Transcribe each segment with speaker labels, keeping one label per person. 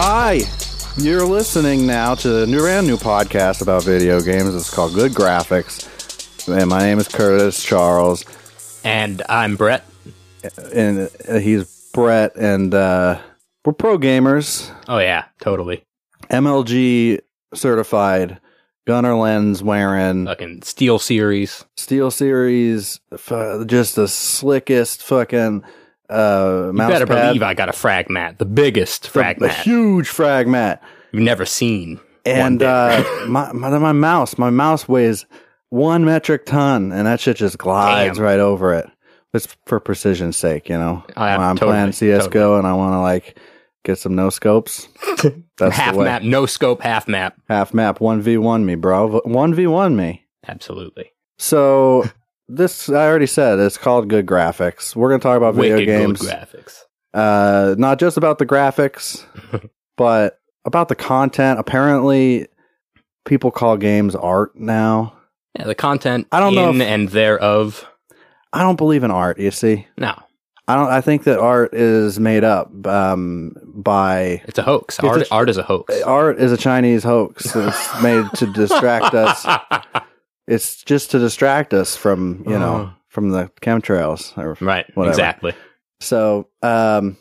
Speaker 1: Hi, you're listening now to the new brand new podcast about video games. It's called Good Graphics, and my name is Curtis Charles,
Speaker 2: And I'm Brett.
Speaker 1: and uh, he's Brett, and uh, we're pro gamers,
Speaker 2: Oh yeah, totally.
Speaker 1: MLG certified, gunner lens wearing,
Speaker 2: Fucking Steel Series.
Speaker 1: Steel Series, f- just the slickest fucking uh,
Speaker 2: You
Speaker 1: mouse
Speaker 2: better
Speaker 1: pad.
Speaker 2: believe I got a frag mat, the biggest
Speaker 1: The-
Speaker 2: frag
Speaker 1: the
Speaker 2: mat
Speaker 1: huge frag mat.
Speaker 2: you've never seen.
Speaker 1: and
Speaker 2: day.
Speaker 1: uh, my, my my mouse, my mouse weighs one metric ton, and that shit just glides
Speaker 2: Damn.
Speaker 1: right over it. It's for precision's sake, you know.
Speaker 2: Oh, yeah,
Speaker 1: When I'm
Speaker 2: totally,
Speaker 1: playing CS:GO and I want to like get some no scopes. That's
Speaker 2: half
Speaker 1: the way.
Speaker 2: map, no scope, half map.
Speaker 1: Half map, one v one me, bro. One v one me.
Speaker 2: Absolutely.
Speaker 1: So this I already said it's called good graphics. We're gonna talk about video
Speaker 2: Wicked
Speaker 1: games,
Speaker 2: good graphics.
Speaker 1: uh, not just about the graphics, but about the content. Apparently, people call games art now.
Speaker 2: Yeah, the content
Speaker 1: I don't
Speaker 2: in
Speaker 1: know if-
Speaker 2: and thereof.
Speaker 1: I don't believe in art. You see,
Speaker 2: No,
Speaker 1: I don't. I think that art is made up um, by
Speaker 2: it's a hoax.
Speaker 1: It's
Speaker 2: Art,
Speaker 1: a-
Speaker 2: art is a hoax.
Speaker 1: art is a Chinese hoax. It's made to distract us. It's just to distract us from you know
Speaker 2: Uh.
Speaker 1: from the chemtrails. Or,
Speaker 2: right,
Speaker 1: Whatever.
Speaker 2: exactly.
Speaker 1: so um,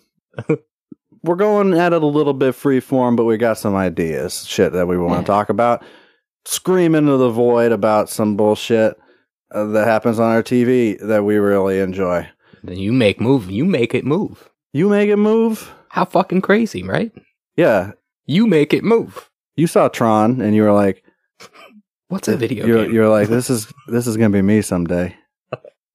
Speaker 1: we're going at it a little bit free form, but we got some ideas, shit that we want
Speaker 2: Yeah.
Speaker 1: to talk about. Scream into the void about some bullshit uh, that happens on our TV that we really enjoy.
Speaker 2: Then you make move. You make it move.
Speaker 1: You make it move.
Speaker 2: How fucking crazy, right?
Speaker 1: Yeah,
Speaker 2: You make it move.
Speaker 1: you saw Tron and you were like,
Speaker 2: What's a video
Speaker 1: you're,
Speaker 2: game?
Speaker 1: you're like, this is this is gonna be me someday.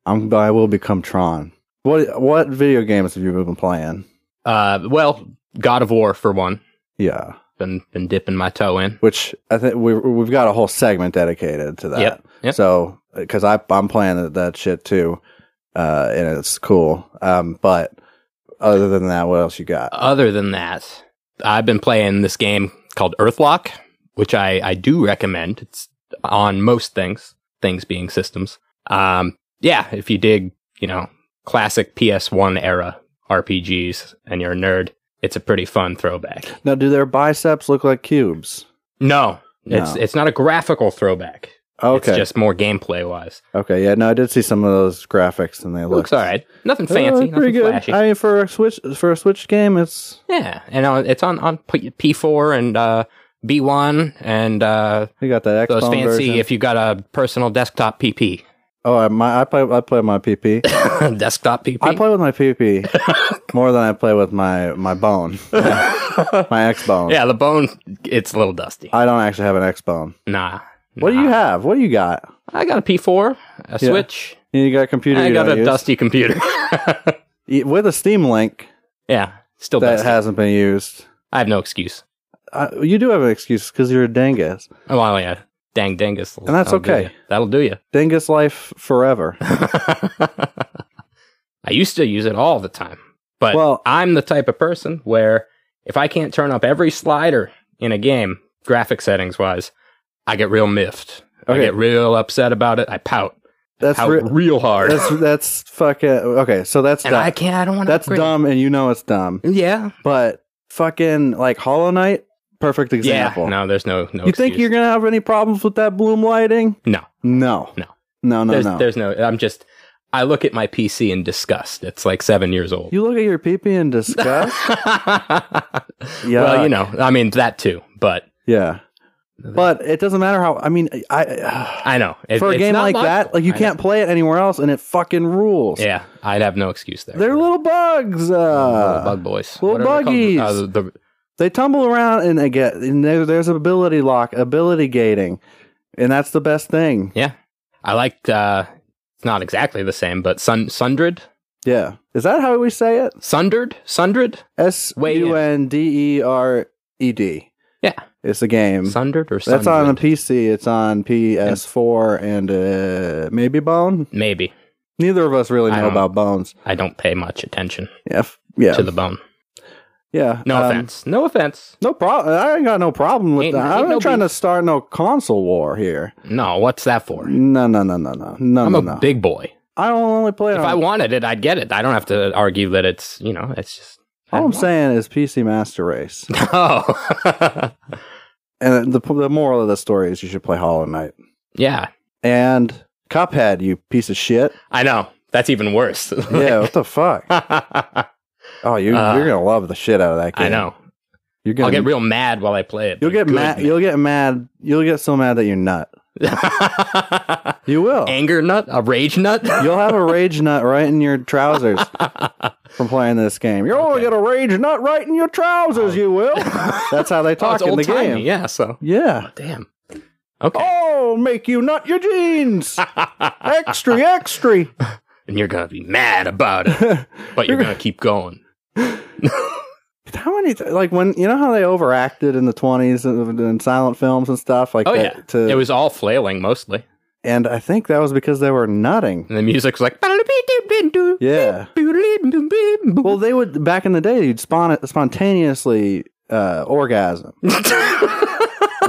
Speaker 1: I'm I will become Tron. What what video games have you been playing?
Speaker 2: Uh, well, God of War for one.
Speaker 1: Yeah,
Speaker 2: Been been dipping my toe in.
Speaker 1: which I think we we've got a whole segment dedicated to that.
Speaker 2: Yep, yep.
Speaker 1: So because I I'm playing that, that shit too, uh, and it's cool. Um, but other than that, what else you got?
Speaker 2: Other than that, I've been playing this game called Earthlock, which I I do recommend. It's on most things, things being systems. Um, yeah, if you dig, you know, classic PS1 era RPGs and you're a nerd, it's a pretty fun throwback.
Speaker 1: Now, do their biceps look like cubes?
Speaker 2: No, it's
Speaker 1: No.
Speaker 2: it's not a graphical throwback.
Speaker 1: Okay,
Speaker 2: It's just more gameplay wise.
Speaker 1: okay, yeah. No, I did see some of those graphics, and they look
Speaker 2: Looks all right. Nothing
Speaker 1: Uh,
Speaker 2: fancy,
Speaker 1: pretty
Speaker 2: nothing
Speaker 1: good.
Speaker 2: flashy.
Speaker 1: I mean, for a switch for a switch game, it's
Speaker 2: Yeah, and uh, it's on on P four and uh, B one and uh,
Speaker 1: you got that Xbox
Speaker 2: those fancy.
Speaker 1: version.
Speaker 2: If you got a personal desktop PP,
Speaker 1: oh, I, my, I play I play with my PP.
Speaker 2: desktop PP.
Speaker 1: I play with my PP more than I play with my my bone, my X bone.
Speaker 2: yeah, the bone. It's a little dusty.
Speaker 1: I don't actually have an X bone.
Speaker 2: nah.
Speaker 1: What do you have? What do you got?
Speaker 2: I got a P four, a
Speaker 1: Yeah.
Speaker 2: Switch.
Speaker 1: You got a computer.
Speaker 2: I
Speaker 1: you
Speaker 2: got
Speaker 1: don't
Speaker 2: a
Speaker 1: use?
Speaker 2: dusty computer.
Speaker 1: E- with a Steam Link
Speaker 2: yeah, still
Speaker 1: that
Speaker 2: dusty.
Speaker 1: hasn't been used.
Speaker 2: I have no excuse.
Speaker 1: Uh, you do have an excuse because you're a dingus.
Speaker 2: Oh well, yeah, dang dingus,
Speaker 1: And that's okay.
Speaker 2: That'll do you.
Speaker 1: Dingus life forever.
Speaker 2: I used to use it all the time. But
Speaker 1: Well-
Speaker 2: I'm the type of person where if I can't turn up every slider in a game, graphic settings wise, I get real miffed.
Speaker 1: Okay.
Speaker 2: I get real upset about it. I pout.
Speaker 1: That's
Speaker 2: pout
Speaker 1: re-
Speaker 2: real hard.
Speaker 1: that's that's fucking okay. So that's
Speaker 2: and
Speaker 1: dumb.
Speaker 2: I can't I don't want to
Speaker 1: that's dumb, and you know it's dumb.
Speaker 2: Yeah.
Speaker 1: But fucking like Hollow Knight, perfect example.
Speaker 2: Yeah. No, there's no no
Speaker 1: you think you're gonna have any problems with that bloom lighting?
Speaker 2: No.
Speaker 1: No.
Speaker 2: No.
Speaker 1: No, no,
Speaker 2: there's
Speaker 1: no.
Speaker 2: there's no I'm just I look at my PC in disgust. It's like seven years old.
Speaker 1: You look at your peepee in disgust.
Speaker 2: Well,
Speaker 1: Yuck.
Speaker 2: you know, I mean that too, but
Speaker 1: yeah. But it doesn't matter how I mean I, I
Speaker 2: I know. It-
Speaker 1: for a
Speaker 2: it's
Speaker 1: game
Speaker 2: not
Speaker 1: like that,
Speaker 2: logical.
Speaker 1: like you
Speaker 2: I know.
Speaker 1: can't play it anywhere else and it fucking rules.
Speaker 2: Yeah, I'd have no excuse there.
Speaker 1: They're little bugs. Uh,
Speaker 2: Little bug boys,
Speaker 1: little
Speaker 2: What are they called?
Speaker 1: buggies.
Speaker 2: Uh, the-
Speaker 1: They tumble around and they get and there, there's ability lock, ability gating. And that's the best thing.
Speaker 2: yeah, I liked. Uh, it's not exactly the same, but sun sundered,
Speaker 1: Yeah. Is that how we say it?
Speaker 2: sundered, sundered,
Speaker 1: S
Speaker 2: Weigh in.
Speaker 1: U N D E R E D.
Speaker 2: Yeah.
Speaker 1: It's a game.
Speaker 2: sundered, or sundered.
Speaker 1: Mm. That's on a PC. It's on PS4 and uh, maybe Bone.
Speaker 2: Maybe
Speaker 1: Neither of us really
Speaker 2: I
Speaker 1: know
Speaker 2: don't-
Speaker 1: about bones.
Speaker 2: I don't pay much attention
Speaker 1: Yeah, f- yeah,
Speaker 2: to the bone.
Speaker 1: yeah.
Speaker 2: No
Speaker 1: um,
Speaker 2: offense. No offense.
Speaker 1: No problem. I ain't got no problem with
Speaker 2: Ain't-
Speaker 1: that.
Speaker 2: ain't
Speaker 1: I'm
Speaker 2: no
Speaker 1: not trying to start no console war here.
Speaker 2: No, what's that for?
Speaker 1: No, no, no, no, no, no,
Speaker 2: I'm
Speaker 1: no,
Speaker 2: a
Speaker 1: no.
Speaker 2: big boy.
Speaker 1: I don't only play.
Speaker 2: If
Speaker 1: on,
Speaker 2: I wanted it, I'd get it. I don't have to argue that it's you know. It's just
Speaker 1: All
Speaker 2: I-
Speaker 1: I'm saying is PC Master Race.
Speaker 2: Oh,
Speaker 1: and the, the moral of the story is you should play Hollow Knight.
Speaker 2: yeah.
Speaker 1: And Cuphead, you piece of shit.
Speaker 2: I know. That's even worse.
Speaker 1: Yeah, what the fuck? Oh, you,
Speaker 2: Uh,
Speaker 1: you're gonna love the shit out of that game.
Speaker 2: I know.
Speaker 1: You're gonna.
Speaker 2: I'll get real mad while I play it.
Speaker 1: you'll get
Speaker 2: Good.
Speaker 1: mad. You'll get mad. You'll get so mad that you're nut. You will.
Speaker 2: Anger nut? A rage nut?
Speaker 1: You'll have a rage nut right in your trousers from playing this game. You're only
Speaker 2: Okay.
Speaker 1: gonna rage nut right in your trousers. You will. That's how they
Speaker 2: Oh,
Speaker 1: talk
Speaker 2: it's
Speaker 1: in the
Speaker 2: old-timey,
Speaker 1: game.
Speaker 2: Yeah, so.
Speaker 1: Yeah.
Speaker 2: Damn. Okay.
Speaker 1: Oh, make you nut your jeans. extra, extra.
Speaker 2: and you're going to be mad about it, but you're going to keep going.
Speaker 1: How many th- like when you know how they overacted in the twenties and in silent films and stuff like
Speaker 2: Oh,
Speaker 1: that
Speaker 2: yeah.
Speaker 1: to
Speaker 2: It was all flailing mostly.
Speaker 1: and I think that was because they were nutting.
Speaker 2: And the music's like.
Speaker 1: Yeah. Well, they would back in the day. You'd spawn spontaneously uh, orgasm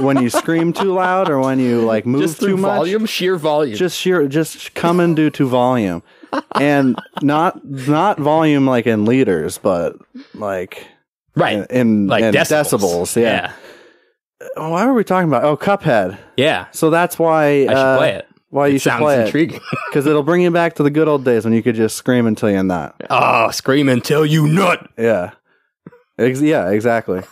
Speaker 1: when you scream too loud or when you like move
Speaker 2: Just
Speaker 1: too
Speaker 2: through
Speaker 1: much.
Speaker 2: volume, sheer volume.
Speaker 1: Just sheer, just coming due to volume, and not not volume like in liters, but like
Speaker 2: right.
Speaker 1: in, in
Speaker 2: like
Speaker 1: in
Speaker 2: decibels.
Speaker 1: yeah. Oh, Why were we talking about? Oh, Cuphead.
Speaker 2: Yeah. Yeah.
Speaker 1: So that's why
Speaker 2: I should
Speaker 1: uh,
Speaker 2: play it.
Speaker 1: Why you
Speaker 2: it
Speaker 1: should
Speaker 2: sounds
Speaker 1: play it
Speaker 2: intriguing.
Speaker 1: because it'll bring you back to the good old days when you could just scream until you're not.
Speaker 2: oh, scream until you nut.
Speaker 1: Yeah. Ex- yeah, exactly.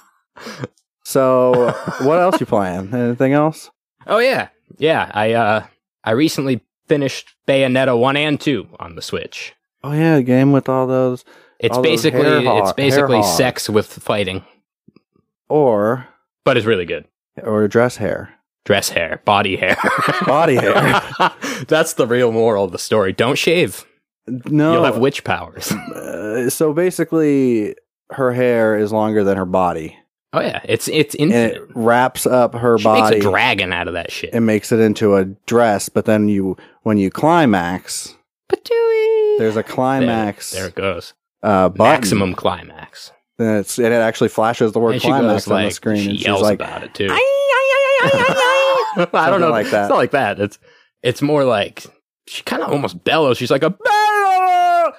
Speaker 1: So, what else you playing? Anything else?
Speaker 2: Oh yeah. Yeah. I uh I recently finished Bayonetta one and two on the Switch.
Speaker 1: Oh yeah, a game with all those
Speaker 2: It's
Speaker 1: All those
Speaker 2: basically
Speaker 1: hair ho-
Speaker 2: it's
Speaker 1: hair
Speaker 2: basically
Speaker 1: hog.
Speaker 2: sex with fighting,
Speaker 1: or
Speaker 2: but it's really good.
Speaker 1: or dress hair,
Speaker 2: Dress hair, body hair.
Speaker 1: body hair.
Speaker 2: That's the real moral of the story. Don't shave.
Speaker 1: No.
Speaker 2: You'll have witch powers.
Speaker 1: uh, so basically, her hair is longer than her body,
Speaker 2: Oh yeah, it's it's
Speaker 1: and
Speaker 2: infinite.
Speaker 1: it wraps up her
Speaker 2: she
Speaker 1: body.
Speaker 2: makes a dragon out of that shit.
Speaker 1: it makes it into a dress, but then you when you climax,
Speaker 2: Patooey.
Speaker 1: there's a
Speaker 2: There-
Speaker 1: climax
Speaker 2: There, it goes.
Speaker 1: uh, button,
Speaker 2: Maximum climax.
Speaker 1: and, it's, and it actually flashes the word
Speaker 2: and she
Speaker 1: climax
Speaker 2: goes
Speaker 1: on
Speaker 2: like,
Speaker 1: the screen.
Speaker 2: she
Speaker 1: and she's
Speaker 2: yells
Speaker 1: like,
Speaker 2: about it too.
Speaker 1: "Ay, ay, ay, ay, ay,
Speaker 2: I
Speaker 1: Something
Speaker 2: don't know.
Speaker 1: like that.
Speaker 2: It's not like that. It's it's more like she kind of almost bellows. She's like a bellow,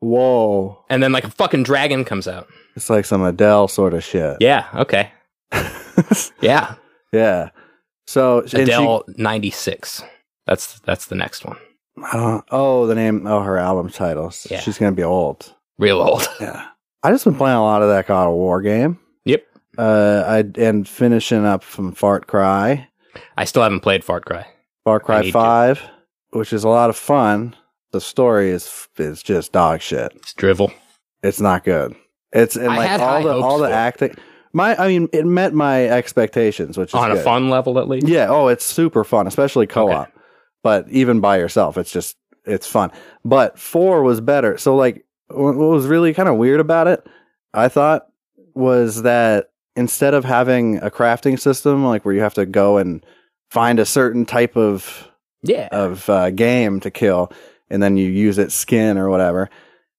Speaker 1: Whoa.
Speaker 2: and then like a fucking dragon comes out.
Speaker 1: It's like some Adele sort of shit.
Speaker 2: Yeah. Okay. Yeah.
Speaker 1: yeah. So and she-
Speaker 2: Adele ninety six. That's that's the next one.
Speaker 1: I don't- oh, the name. Oh, her album titles.
Speaker 2: Yeah.
Speaker 1: She's gonna be old.
Speaker 2: Real old.
Speaker 1: Yeah. I just been playing a lot of that God of War game.
Speaker 2: Yep.
Speaker 1: Uh, I and finishing up from Fart Cry,
Speaker 2: I still haven't played Far Cry.
Speaker 1: Far
Speaker 2: I
Speaker 1: Cry
Speaker 2: need to.
Speaker 1: Five, which is a lot of fun. The story is is just dog shit.
Speaker 2: It's drivel.
Speaker 1: It's not good. It's and
Speaker 2: I
Speaker 1: like
Speaker 2: had
Speaker 1: all
Speaker 2: high
Speaker 1: the
Speaker 2: hopes
Speaker 1: all the
Speaker 2: for it.
Speaker 1: acting. My, I mean, it met my expectations, which is
Speaker 2: On
Speaker 1: good.
Speaker 2: a fun level, at least.
Speaker 1: Yeah. Oh, it's super fun, especially co op. But even by yourself, it's just, it's fun. But four was better. So, like, wh- what was really kind of weird about it, I thought, was that instead of having a crafting system, like where you have to go and find a certain type of,
Speaker 2: Yeah.
Speaker 1: of uh, game to kill and then you use its skin or whatever,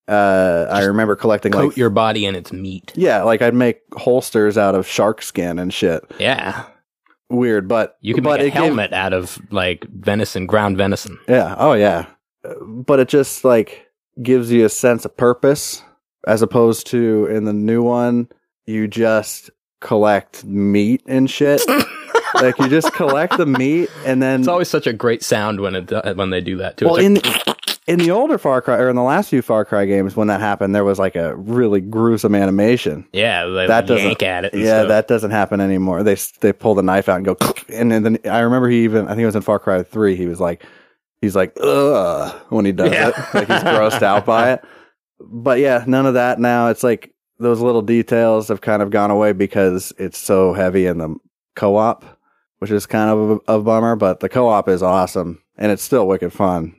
Speaker 1: uh, I
Speaker 2: Just
Speaker 1: remember collecting
Speaker 2: Coat
Speaker 1: like.
Speaker 2: your body in its meat.
Speaker 1: yeah, like I'd make holsters out of shark skin and shit.
Speaker 2: Yeah.
Speaker 1: Weird, but
Speaker 2: You can
Speaker 1: but
Speaker 2: make
Speaker 1: it
Speaker 2: a
Speaker 1: gave-
Speaker 2: helmet out of like venison, ground venison.
Speaker 1: Yeah. Oh, yeah. Uh, But it just like gives you a sense of purpose as opposed to in the new one, you just collect meat and shit. like you just collect the meat and then.
Speaker 2: It's always such a great sound when it do- when they do that too.
Speaker 1: well,
Speaker 2: It's like,
Speaker 1: in in the older Far Cry or in the last few Far Cry games, when that happened, there was like a really gruesome animation.
Speaker 2: yeah, they
Speaker 1: that doesn't-
Speaker 2: yank at it. and
Speaker 1: Yeah,
Speaker 2: stuff.
Speaker 1: that doesn't happen anymore. They s- they pull the knife out and go, and then I remember he even I think it was in Far Cry Three. He was like, he's like, ugh, when he does
Speaker 2: Yeah.
Speaker 1: it, like he's grossed out by it. But yeah, none of that now. It's like those little details have kind of gone away because it's so heavy in the co-op, which is kind of a, a bummer. But the co-op is awesome, and it's still wicked fun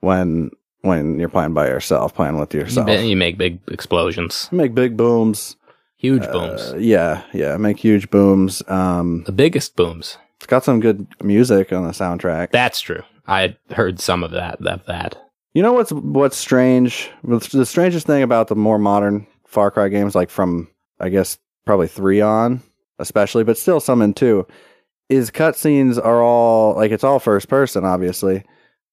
Speaker 1: when when you're playing by yourself, playing with
Speaker 2: you,
Speaker 1: yourself.
Speaker 2: ma- you make big explosions,
Speaker 1: Make big booms.
Speaker 2: huge
Speaker 1: Uh,
Speaker 2: booms,
Speaker 1: yeah, yeah, make huge booms. Um,
Speaker 2: the biggest booms.
Speaker 1: it's got some good music on the soundtrack.
Speaker 2: That's true. I heard some of that. That that.
Speaker 1: you know what's what's strange? What's The strangest thing about the more modern Far Cry games, like from I guess probably three on, especially, but still some in two, is cutscenes are all like it's all first person, obviously,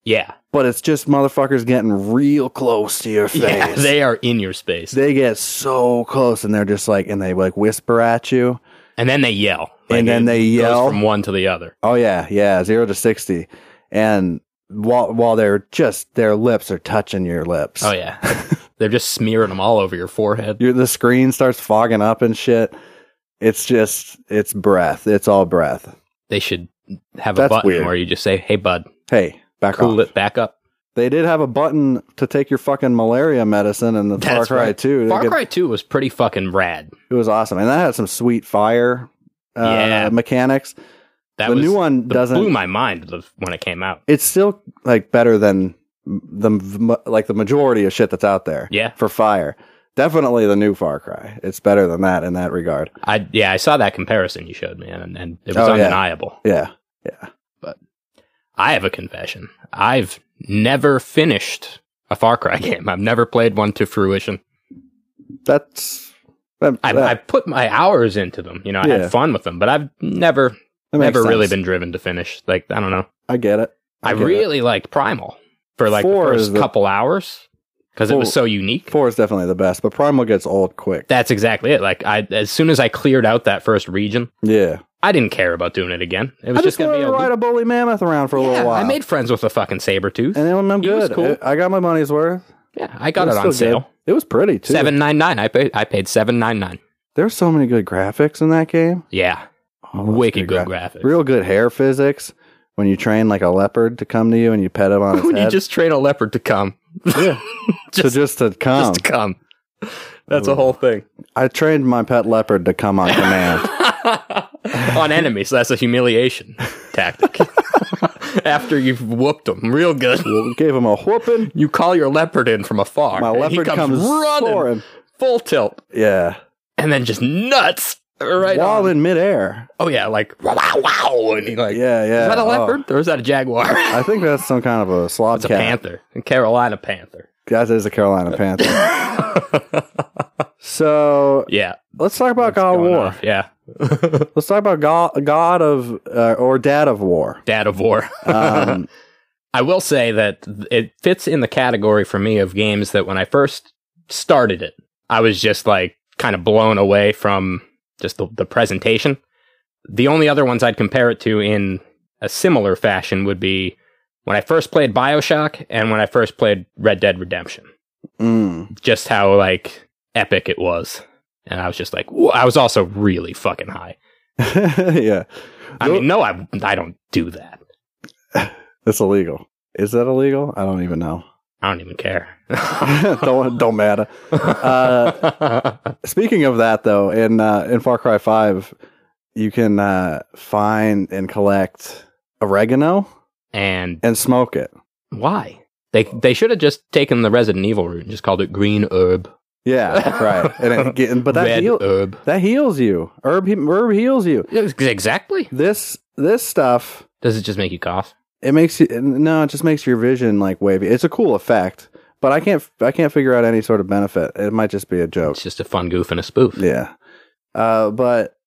Speaker 2: Yeah.
Speaker 1: but it's just motherfuckers getting real close to your face.
Speaker 2: Yeah.
Speaker 1: they,
Speaker 2: They are in your space.
Speaker 1: get so close and they're just like, and they like whisper at you.
Speaker 2: and then they yell.
Speaker 1: And then
Speaker 2: it
Speaker 1: they
Speaker 2: goes
Speaker 1: yell.
Speaker 2: from one to the other.
Speaker 1: Oh yeah, yeah, zero to sixty, and while while they're just their lips are touching your lips.
Speaker 2: Oh yeah, they're just smearing them all over your forehead.
Speaker 1: Your the screen starts fogging up and shit. It's just it's breath. It's all breath.
Speaker 2: They should have a
Speaker 1: That's
Speaker 2: button
Speaker 1: weird.
Speaker 2: where you just say, "Hey, bud,
Speaker 1: Hey, back
Speaker 2: cool
Speaker 1: off.
Speaker 2: it back up."
Speaker 1: They did have a button to take your fucking malaria medicine and the
Speaker 2: That's
Speaker 1: Far Cry
Speaker 2: right.
Speaker 1: too.
Speaker 2: Far Cry Two was pretty fucking rad.
Speaker 1: It was awesome, and that had some sweet fire uh,
Speaker 2: Yeah.
Speaker 1: mechanics.
Speaker 2: That
Speaker 1: the
Speaker 2: was
Speaker 1: new one
Speaker 2: that
Speaker 1: doesn't.
Speaker 2: blew my mind the- when it came out.
Speaker 1: it's still like better than the like the majority of shit that's out there.
Speaker 2: Yeah.
Speaker 1: for fire, definitely the new Far Cry. It's better than that in that regard.
Speaker 2: I yeah, I saw that comparison you showed me, and, and it was
Speaker 1: Oh, yeah.
Speaker 2: undeniable.
Speaker 1: Yeah,
Speaker 2: I have a confession. I've never finished a Far Cry game. I've never played one to fruition.
Speaker 1: that's. that-
Speaker 2: I,
Speaker 1: that-
Speaker 2: I put my hours into them. You know, I
Speaker 1: Yeah.
Speaker 2: had fun with them, but I've never,
Speaker 1: that makes
Speaker 2: never really
Speaker 1: sense.
Speaker 2: been driven to finish. Like I don't know.
Speaker 1: I get it.
Speaker 2: I
Speaker 1: get it.
Speaker 2: really liked Primal for like
Speaker 1: Four
Speaker 2: the
Speaker 1: is
Speaker 2: first
Speaker 1: the-
Speaker 2: couple hours because it was so unique.
Speaker 1: Four is definitely the best, but Primal gets old quick.
Speaker 2: That's exactly it. Like I, as soon as I cleared out that first region,
Speaker 1: yeah,
Speaker 2: I didn't care about doing it again. It
Speaker 1: I
Speaker 2: was
Speaker 1: just,
Speaker 2: just, gonna
Speaker 1: wanted
Speaker 2: be a
Speaker 1: to ride a bully mammoth around for a
Speaker 2: Yeah,
Speaker 1: little while.
Speaker 2: I made friends with a fucking saber tooth.
Speaker 1: and then I'm
Speaker 2: He was
Speaker 1: good.
Speaker 2: cool.
Speaker 1: I I got my money's worth.
Speaker 2: Yeah, I got
Speaker 1: It
Speaker 2: it,
Speaker 1: was
Speaker 2: on
Speaker 1: still good.
Speaker 2: sale.
Speaker 1: It was pretty too.
Speaker 2: Seven nine nine. I paid. I paid seven nine nine.
Speaker 1: There's so many good graphics in that game.
Speaker 2: Yeah,
Speaker 1: Oh, that's
Speaker 2: wicked good
Speaker 1: gra-
Speaker 2: graphics.
Speaker 1: Real good hair physics. When you train like a leopard to come to you and you pet him on his
Speaker 2: when you
Speaker 1: head,
Speaker 2: just train a leopard to come,
Speaker 1: yeah. so
Speaker 2: just
Speaker 1: just to come.
Speaker 2: just to come. That's
Speaker 1: Ooh.
Speaker 2: a whole thing
Speaker 1: I trained my pet leopard to come on command.
Speaker 2: on enemies. That's a humiliation tactic. After you've whooped them real good,
Speaker 1: Gave him a whooping.
Speaker 2: you call your leopard in from afar.
Speaker 1: My
Speaker 2: and
Speaker 1: leopard
Speaker 2: he comes,
Speaker 1: comes
Speaker 2: running
Speaker 1: soaring.
Speaker 2: full tilt,
Speaker 1: Yeah,
Speaker 2: and then just nuts right
Speaker 1: while
Speaker 2: on.
Speaker 1: in midair.
Speaker 2: oh yeah, like wow wow, wow, and he like
Speaker 1: Yeah, yeah.
Speaker 2: Is that a
Speaker 1: Oh,
Speaker 2: leopard or is that a jaguar?
Speaker 1: I think that's some kind of a slob
Speaker 2: it's a
Speaker 1: cat.
Speaker 2: panther, a Carolina panther.
Speaker 1: That is a Carolina panther. So
Speaker 2: yeah,
Speaker 1: let's talk about
Speaker 2: What's
Speaker 1: God of
Speaker 2: going
Speaker 1: War.
Speaker 2: on? Yeah,
Speaker 1: Let's talk about God, God of uh, or Dad of War.
Speaker 2: Dad of War.
Speaker 1: Um,
Speaker 2: I will say that it fits in the category for me of games that when I first started it, I was just like kind of blown away from just the, the presentation. The only other ones I'd compare it to in a similar fashion would be when I first played Bioshock and when I first played Red Dead Redemption.
Speaker 1: mm,
Speaker 2: just how like epic it was. And I was just like, "Whoa." I was also really fucking high.
Speaker 1: yeah,
Speaker 2: I mean, no, I I don't do that.
Speaker 1: it's illegal. Is that illegal? I don't even know.
Speaker 2: I don't even care.
Speaker 1: don't don't matter.
Speaker 2: Uh,
Speaker 1: Speaking of that, though, in uh, in Far Cry Five, you can uh, find and collect oregano
Speaker 2: and
Speaker 1: and smoke it.
Speaker 2: why? They they should have just taken the Resident Evil route and just called it green herb,
Speaker 1: Yeah, right. And it, get- but that
Speaker 2: red
Speaker 1: heal,
Speaker 2: herb.
Speaker 1: that heals you. Herb he- herb heals you.
Speaker 2: Exactly.
Speaker 1: This this stuff
Speaker 2: Does it just make you cough?
Speaker 1: it makes you no, it just makes your vision like wavy. It's a cool effect, but I can't I can't figure out any sort of benefit. It might just be a joke.
Speaker 2: It's just a fun goof and a spoof.
Speaker 1: Yeah. Uh, but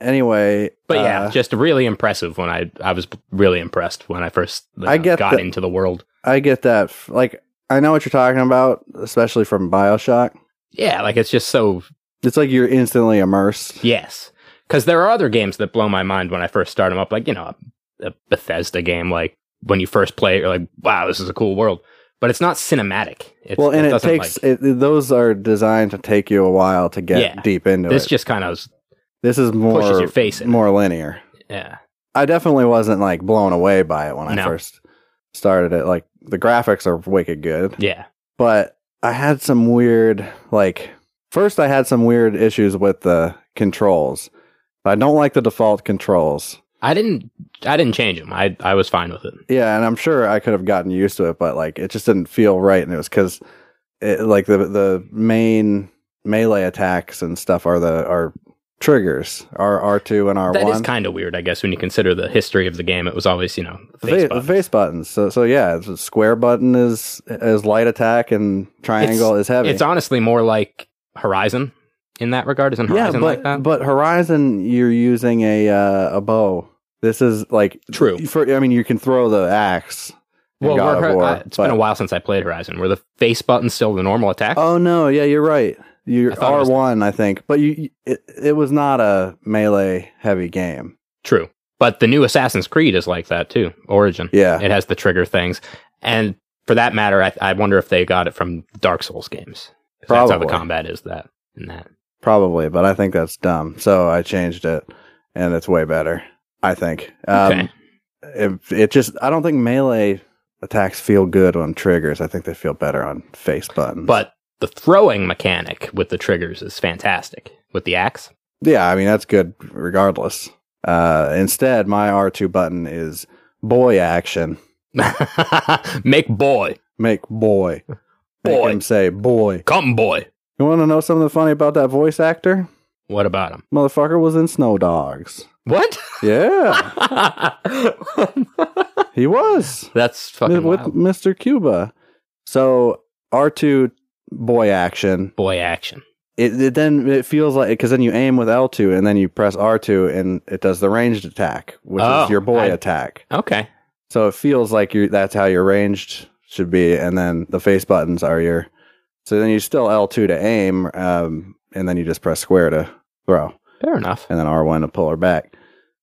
Speaker 1: anyway,
Speaker 2: But yeah,
Speaker 1: uh,
Speaker 2: just really impressive when I I was really impressed when I first you
Speaker 1: I
Speaker 2: know,
Speaker 1: get
Speaker 2: got
Speaker 1: that-
Speaker 2: into the world.
Speaker 1: I get that. f- Like, I know what you're talking about, especially from Bioshock.
Speaker 2: Yeah, like it's just so
Speaker 1: It's like you're instantly immersed.
Speaker 2: Yes, because there are other games that blow my mind when I first start them up. Like you know, a, a Bethesda game. Like when you first play, it, you're like, "Wow, this is a cool world," but it's not cinematic. It's,
Speaker 1: well, and it,
Speaker 2: doesn't,
Speaker 1: takes
Speaker 2: like,
Speaker 1: it, it- those are designed to take you a while to get
Speaker 2: Yeah.
Speaker 1: deep into
Speaker 2: this
Speaker 1: it.
Speaker 2: just kind of
Speaker 1: This is more
Speaker 2: pushes your face in.
Speaker 1: more linear.
Speaker 2: yeah,
Speaker 1: I definitely wasn't like blown away by it when I
Speaker 2: No.
Speaker 1: first started it. Like the graphics are wicked good.
Speaker 2: yeah,
Speaker 1: but I had some weird like first I had some weird issues with the controls. I don't like the default controls.
Speaker 2: I didn't, I didn't change them. I I was fine with it.
Speaker 1: Yeah, and I'm sure I could have gotten used to it, but like it just didn't feel right and it was cuz it, like the the main melee attacks and stuff are the are triggers, are R2 and R1.
Speaker 2: That is kind of weird, I guess, when you consider the history of the game. It was always you know
Speaker 1: Fa-
Speaker 2: face
Speaker 1: face,
Speaker 2: buttons.
Speaker 1: buttons. So so yeah, it's a square button is is light attack and triangle is heavy.
Speaker 2: It's honestly more like Horizon in that regard. Isn't Horizon
Speaker 1: but,
Speaker 2: like that?
Speaker 1: But Horizon, you're using a uh, a bow. This is like
Speaker 2: True.
Speaker 1: for. I mean, you can throw the axe in
Speaker 2: Well,
Speaker 1: God
Speaker 2: we're,
Speaker 1: of War.
Speaker 2: uh, it's
Speaker 1: but-
Speaker 2: been a while since I played Horizon. Were the face buttons still the normal attack?
Speaker 1: Oh no, yeah, you're right. You're
Speaker 2: I thought it
Speaker 1: R
Speaker 2: was-
Speaker 1: one, I think, but you you- it, it was not a melee heavy game.
Speaker 2: True. But the new Assassin's Creed is like that too. Origin.
Speaker 1: Yeah,
Speaker 2: It has the trigger things. And for that matter, I, I wonder if they got it from Dark Souls games. 'Cause That's how the
Speaker 1: Probably.
Speaker 2: combat is that in that.
Speaker 1: probably, but I think that's dumb. So I changed it, and it's way better. I think. Um,
Speaker 2: Okay.
Speaker 1: It, it just I don't think melee attacks feel good on triggers. I think they feel better on face buttons.
Speaker 2: But the throwing mechanic with the triggers is fantastic. With the axe.
Speaker 1: Yeah, I mean that's good regardless. Uh, instead, my R two button is boy action.
Speaker 2: Make boy.
Speaker 1: Make boy.
Speaker 2: Boy.
Speaker 1: Make him say boy.
Speaker 2: Come boy.
Speaker 1: You want to know something funny about that voice actor?
Speaker 2: What about him?
Speaker 1: Motherfucker was in Snow Dogs.
Speaker 2: What?
Speaker 1: Yeah, he was
Speaker 2: That's
Speaker 1: with
Speaker 2: fucking wild.
Speaker 1: Mr. Cuba. So R two boy action.
Speaker 2: boy action.
Speaker 1: It, it then it feels like because then you aim with L two and then you press R two and it does the ranged attack, which
Speaker 2: Oh,
Speaker 1: is your boy
Speaker 2: I-
Speaker 1: attack.
Speaker 2: Okay.
Speaker 1: So it feels like you that's how your ranged should be, and then the face buttons are your. So then you still L two to aim, um, and then you just press square to throw,
Speaker 2: Fair enough.
Speaker 1: and then R one to pull her back.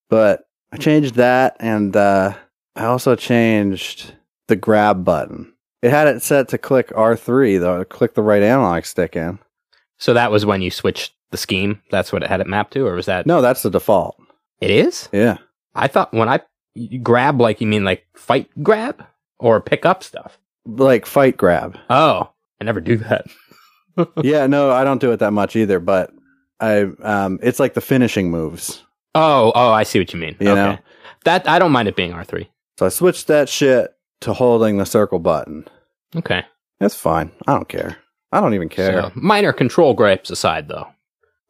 Speaker 1: But I changed that, and uh, I also changed the grab button. It had it set to click R three though, click the right analog stick in.
Speaker 2: So that was when you switched the scheme. That's what it had it mapped to, or was that?
Speaker 1: No, that's the default.
Speaker 2: It is.
Speaker 1: Yeah,
Speaker 2: I thought when I you grab, like you mean like fight grab or pick up stuff.
Speaker 1: like fight grab.
Speaker 2: Oh, I never do that.
Speaker 1: yeah, no, I don't do it that much either, but I um, it's like the finishing moves.
Speaker 2: Oh, oh, I see what you mean.
Speaker 1: You know?
Speaker 2: that I don't mind it being R three.
Speaker 1: So I switched that shit to holding the circle button.
Speaker 2: Okay.
Speaker 1: That's fine. I don't care. I don't even care.
Speaker 2: So, minor control gripes aside, though,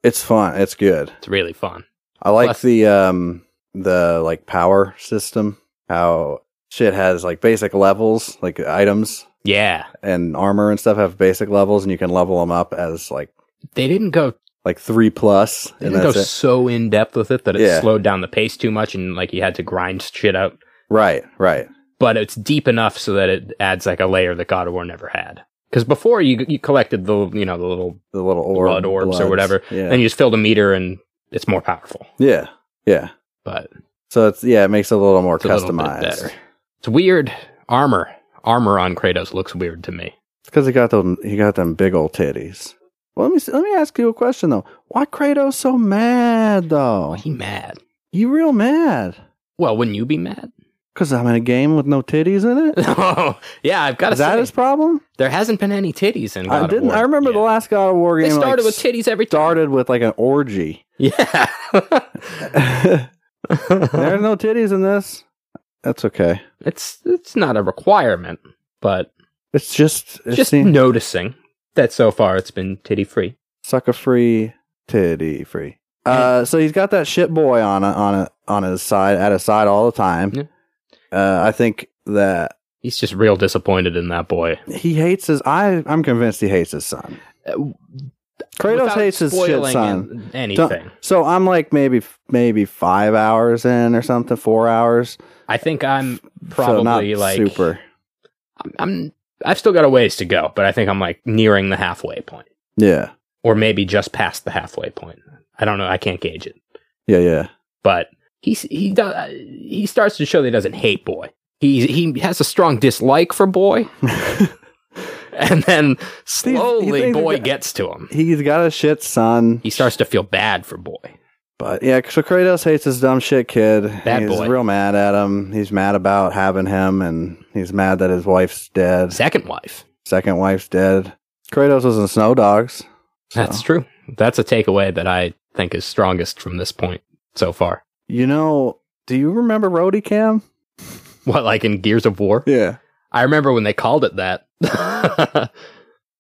Speaker 1: It's fun. It's good.
Speaker 2: it's really fun.
Speaker 1: I like
Speaker 2: Plus-
Speaker 1: the um the like power system. How shit has like basic levels, like items
Speaker 2: Yeah,
Speaker 1: and armor and stuff have basic levels, and you can level them up as like
Speaker 2: they didn't go.
Speaker 1: like three plus,
Speaker 2: They
Speaker 1: and
Speaker 2: didn't go
Speaker 1: that's it.
Speaker 2: so in depth with it that it
Speaker 1: Yeah.
Speaker 2: slowed down the pace too much, and like you had to grind shit out.
Speaker 1: Right, right.
Speaker 2: but it's deep enough so that it adds like a layer that God of War never had. Because before you you collected the you know the little
Speaker 1: The little orb,
Speaker 2: blood orbs or
Speaker 1: bloods.
Speaker 2: whatever,
Speaker 1: Yeah,
Speaker 2: and you just filled a meter and it's more powerful.
Speaker 1: yeah, yeah.
Speaker 2: But
Speaker 1: So it's yeah, it makes it a little more
Speaker 2: it's a little bit
Speaker 1: customized.
Speaker 2: better. It's weird armor. Armor on Kratos looks weird to me.
Speaker 1: because he got them. He got them big old titties. Well, let me s- let me ask you a question though. Why Kratos so mad
Speaker 2: Oh,
Speaker 1: though?
Speaker 2: he mad.
Speaker 1: You real mad?
Speaker 2: Well, wouldn't you be mad?
Speaker 1: Cause I'm in a game with no titties in it.
Speaker 2: oh, yeah, I've got to
Speaker 1: Is that
Speaker 2: say,
Speaker 1: his problem?
Speaker 2: there hasn't been any titties in God
Speaker 1: I
Speaker 2: of
Speaker 1: didn't.
Speaker 2: War
Speaker 1: I remember the
Speaker 2: yet.
Speaker 1: last God of War
Speaker 2: They
Speaker 1: game.
Speaker 2: started
Speaker 1: like,
Speaker 2: with titties every time.
Speaker 1: started with like an orgy.
Speaker 2: Yeah.
Speaker 1: There's no titties in this. That's okay.
Speaker 2: it's it's not a requirement, but
Speaker 1: It's just it's
Speaker 2: just noticing that so far it's been titty free.
Speaker 1: sucker free, titty free. Uh, so he's got that shit boy on a, on a, on his side at his side all the time.
Speaker 2: Yeah.
Speaker 1: Uh, I think that
Speaker 2: He's just real disappointed in that boy.
Speaker 1: he hates his. I I'm convinced he hates his son. Kratos hates his shit son.
Speaker 2: Anything.
Speaker 1: So I'm like maybe maybe five hours in or something, four hours.
Speaker 2: I think I'm
Speaker 1: So
Speaker 2: probably
Speaker 1: not
Speaker 2: like
Speaker 1: super.
Speaker 2: I'm, I'm. I've still got a ways to go, but I think I'm like nearing the halfway point,
Speaker 1: Yeah,
Speaker 2: or maybe just past the halfway point. I don't know. I can't gauge it,
Speaker 1: yeah, yeah.
Speaker 2: but he he does. He starts to show that he doesn't hate boy. He he has a strong dislike for boy, and then slowly
Speaker 1: thinks
Speaker 2: boy
Speaker 1: that-
Speaker 2: gets to him.
Speaker 1: he's got a shit son,
Speaker 2: He starts to feel bad for boy.
Speaker 1: but yeah. So Kratos hates his dumb shit kid.
Speaker 2: Bad
Speaker 1: he's
Speaker 2: boy.
Speaker 1: real mad at him. He's mad about having him, and he's mad that his wife's dead.
Speaker 2: Second wife.
Speaker 1: Second wife's dead. Kratos was in Snow Dogs. so-
Speaker 2: That's true. That's a takeaway that I think is strongest from this point so far.
Speaker 1: You know, do you remember Roadie Cam?
Speaker 2: What, like in Gears of War?
Speaker 1: Yeah.
Speaker 2: I remember when they called it that.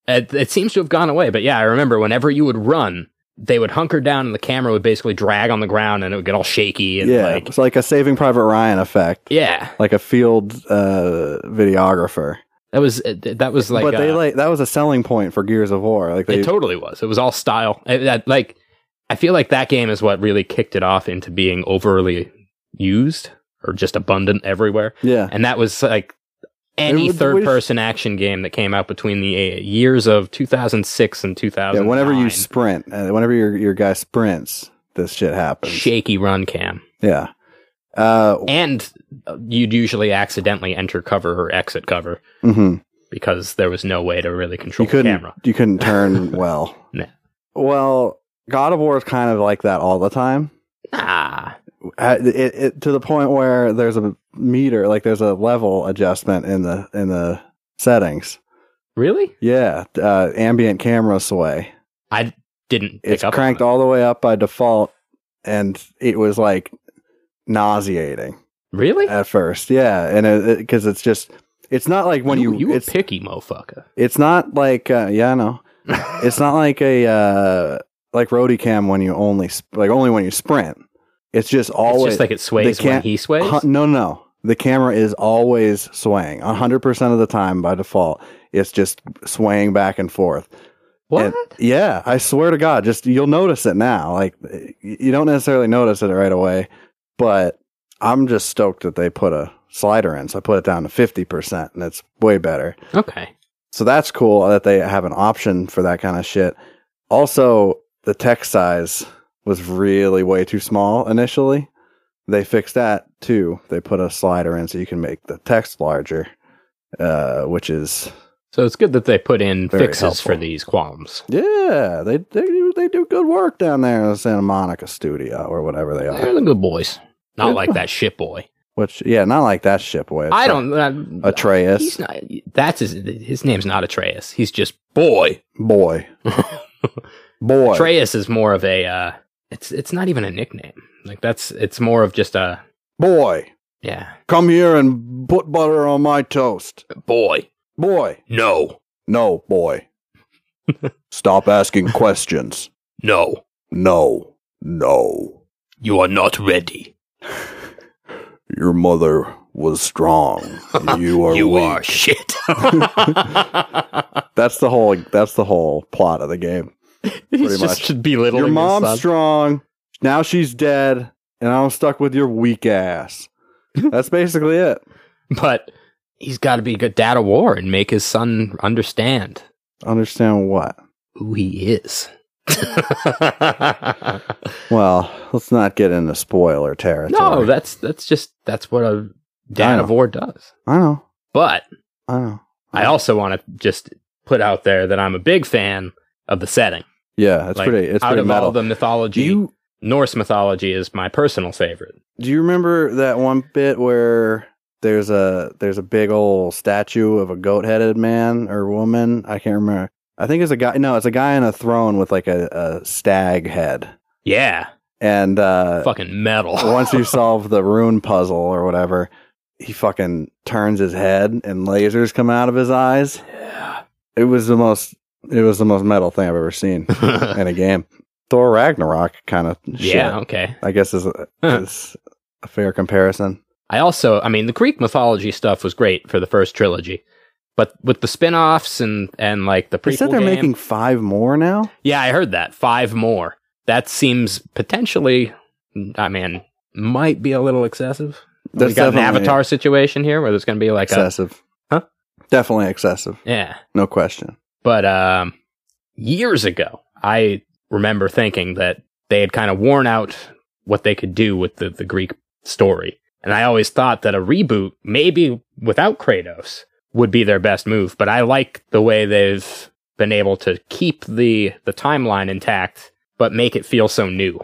Speaker 2: it, it seems to have gone away, but yeah, I remember whenever you would run, they would hunker down and the camera would basically drag on the ground and it would get all shaky and
Speaker 1: yeah.
Speaker 2: like,
Speaker 1: it's like a Saving Private Ryan effect.
Speaker 2: yeah,
Speaker 1: Like a field uh, videographer.
Speaker 2: that was it, that was like,
Speaker 1: but they
Speaker 2: uh,
Speaker 1: like that was a selling point for Gears of War. Like they
Speaker 2: it totally was. It was all style. It- that, like, I feel like that game is what really kicked it off into being overly used or just abundant everywhere.
Speaker 1: Yeah.
Speaker 2: and that was like any
Speaker 1: It would-
Speaker 2: third
Speaker 1: we-
Speaker 2: person action game that came out between the uh, years of 2006 and 2000.
Speaker 1: Yeah, whenever you sprint, uh, whenever your your guy sprints, this shit happens.
Speaker 2: shaky run cam,
Speaker 1: Yeah. Uh,
Speaker 2: and uh, you'd usually accidentally enter cover or exit cover
Speaker 1: mhm.
Speaker 2: because there was no way to really control
Speaker 1: you couldn't,
Speaker 2: the camera.
Speaker 1: You couldn't turn well.
Speaker 2: No.
Speaker 1: Well, God of War is kind of like that all the time.
Speaker 2: Nah,
Speaker 1: Uh, It, it, to the point where there's a meter, like there's a level adjustment in the in the settings.
Speaker 2: really?
Speaker 1: Yeah, uh, ambient camera sway.
Speaker 2: I didn't. Pick
Speaker 1: It's
Speaker 2: up on
Speaker 1: cranked
Speaker 2: it.
Speaker 1: all the way up by default, and it was like nauseating
Speaker 2: Really?
Speaker 1: at first. Yeah, and because it's just, it's not like when you,
Speaker 2: you a
Speaker 1: it's
Speaker 2: picky motherfucker.
Speaker 1: it's not like uh, yeah, I know. it's not like a uh like roadie cam when you only sp- like only when you sprint. It's just always
Speaker 2: it's just like it sways when
Speaker 1: can't-
Speaker 2: he sways.
Speaker 1: Hu- no no. The camera is always swaying. 100% of the time by default. It's just swaying back and forth.
Speaker 2: what?
Speaker 1: And- yeah, I swear to god, just you'll notice it now. Like y- you don't necessarily notice it right away, but I'm just stoked that they put a slider in. So I put it down to 50% and it's way better.
Speaker 2: okay.
Speaker 1: So that's cool that they have an option for that kind of shit. Also, the text size was really way too small initially. They fixed that too. They put a slider in so you can make the text larger, uh, which is
Speaker 2: So it's good that they put in
Speaker 1: Very
Speaker 2: fixes
Speaker 1: helpful.
Speaker 2: for these qualms.
Speaker 1: yeah. They they do, they do good work down there in the Santa Monica studio or whatever they
Speaker 2: They're
Speaker 1: are.
Speaker 2: the good boys. Not
Speaker 1: Yeah.
Speaker 2: like that shit boy.
Speaker 1: Which yeah, not like that ship way.
Speaker 2: I don't. I,
Speaker 1: Atreus
Speaker 2: He's not. That's his. His name's not Atreus. He's just boy.
Speaker 1: boy boy.
Speaker 2: Atreus is more of a. Uh, it's it's not even a nickname. Like that's it's more of just a
Speaker 1: boy,
Speaker 2: yeah
Speaker 1: come here and put butter on my toast.
Speaker 2: boy.
Speaker 1: Boy.
Speaker 2: No,
Speaker 1: No, boy. Stop asking questions.
Speaker 2: no,
Speaker 1: No, no.
Speaker 2: you are not ready.
Speaker 1: Your mother was strong. You are weak.
Speaker 2: shit.
Speaker 1: That's the whole. That's the whole plot of the game.
Speaker 2: He's just belittling
Speaker 1: your
Speaker 2: his
Speaker 1: mom's
Speaker 2: son.
Speaker 1: strong. Now she's dead, and I'm stuck with your weak ass. That's basically it.
Speaker 2: but he's got to be a good dad of war and make his son understand
Speaker 1: Understand what?
Speaker 2: who he is.
Speaker 1: Well, let's not get into spoiler territory.
Speaker 2: no, that's that's just that's what a dad of
Speaker 1: know.
Speaker 2: war does.
Speaker 1: I know.
Speaker 2: But
Speaker 1: I know.
Speaker 2: I also want to just put out there that I'm a big fan of the setting.
Speaker 1: Yeah, it's
Speaker 2: Like,
Speaker 1: pretty. It's
Speaker 2: out
Speaker 1: pretty
Speaker 2: of
Speaker 1: metal.
Speaker 2: all the mythology,
Speaker 1: Do you
Speaker 2: Norse mythology is my personal favorite.
Speaker 1: Do you remember that one bit where there's a there's a big old statue of a goat headed man or woman? I can't remember. I think it's a guy. No, it's a guy on a throne with like a, a stag head.
Speaker 2: Yeah,
Speaker 1: And uh,
Speaker 2: fucking metal.
Speaker 1: once you solve the rune puzzle or whatever, he fucking turns his head and lasers come out of his eyes.
Speaker 2: Yeah.
Speaker 1: It was the most it was the most metal thing I've ever seen in a game. Thor Ragnarok kind of shit.
Speaker 2: yeah. Okay.
Speaker 1: I guess is a, is a fair comparison.
Speaker 2: I also, I mean, the Greek mythology stuff was great for the first trilogy, but with the spin-offs and and like the prequel
Speaker 1: They said they're
Speaker 2: game-
Speaker 1: making five more now.
Speaker 2: yeah, I heard that five more. That seems potentially, I mean, might be a little excessive.
Speaker 1: That's
Speaker 2: we got an
Speaker 1: definitely
Speaker 2: Avatar situation here where there's going to be like a
Speaker 1: excessive.
Speaker 2: Huh?
Speaker 1: Definitely excessive.
Speaker 2: yeah.
Speaker 1: No question.
Speaker 2: But um, years ago, I remember thinking that they had kind of worn out what they could do with the, the Greek story. And I always thought that a reboot, maybe without Kratos, would be their best move. But I like the way they've been able to keep the, the timeline intact, but make it feel so new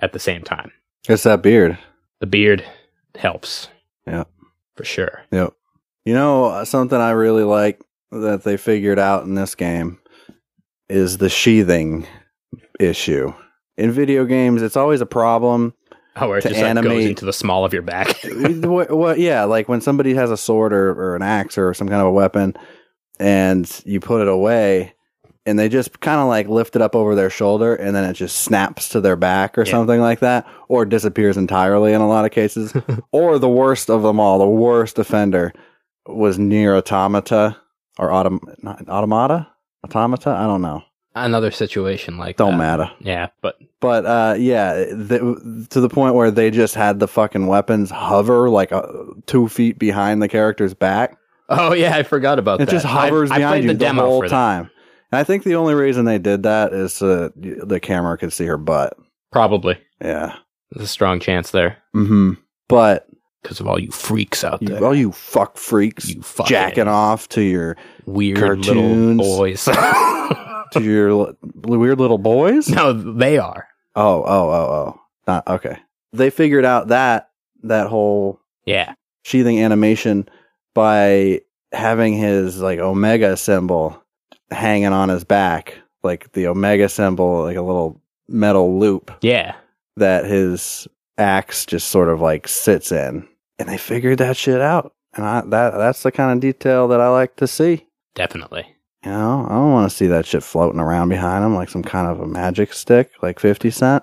Speaker 2: at the same time.
Speaker 1: It's that beard.
Speaker 2: The beard helps.
Speaker 1: Yeah.
Speaker 2: For sure.
Speaker 1: Yep. You know uh, something I really like that they figured out in this game is the sheathing issue. In video games, it's always a problem.
Speaker 2: Oh, where it
Speaker 1: To
Speaker 2: just like, goes
Speaker 1: animate-
Speaker 2: into the small of your back.
Speaker 1: what, what, yeah, like when somebody has a sword or, or an axe or some kind of a weapon, and you put it away, and they just kind of like lift it up over their shoulder, and then it just snaps to their back or
Speaker 2: Yeah.
Speaker 1: something like that, or disappears entirely in a lot of cases. or the worst of them all, the worst offender was near automata or autom- not, automata, automata. I don't know.
Speaker 2: Another situation like
Speaker 1: Don't
Speaker 2: that.
Speaker 1: matter.
Speaker 2: Yeah, but
Speaker 1: But uh, yeah, the, to the point where they just had the fucking weapons hover like uh, two feet behind the character's back.
Speaker 2: Oh yeah, I forgot about
Speaker 1: It
Speaker 2: that.
Speaker 1: just hovers
Speaker 2: I, I
Speaker 1: behind
Speaker 2: played
Speaker 1: you
Speaker 2: the
Speaker 1: the,
Speaker 2: demo
Speaker 1: whole
Speaker 2: for that.
Speaker 1: time. And I think the only reason they did that is so that y- the camera could see her butt.
Speaker 2: Probably.
Speaker 1: Yeah.
Speaker 2: There's a strong chance there
Speaker 1: Mm-hmm. But
Speaker 2: because of all you freaks out
Speaker 1: you,
Speaker 2: there.
Speaker 1: all you fuck freaks
Speaker 2: You fucking
Speaker 1: jacking off to your
Speaker 2: weird
Speaker 1: cartoons.
Speaker 2: little boys.
Speaker 1: to your li- weird little boys.
Speaker 2: no, they are.
Speaker 1: Oh, oh, oh, oh. Not okay. They figured out that that whole
Speaker 2: Yeah.
Speaker 1: sheathing animation by having his like omega symbol hanging on his back, like the omega symbol, like a little metal loop
Speaker 2: Yeah.
Speaker 1: that his axe just sort of like sits in. And they figured that shit out. And I, that that's the kind of detail that I like to see.
Speaker 2: Definitely.
Speaker 1: You know, I don't want to see that shit floating around behind him like some kind of a magic stick, like 50 Cent.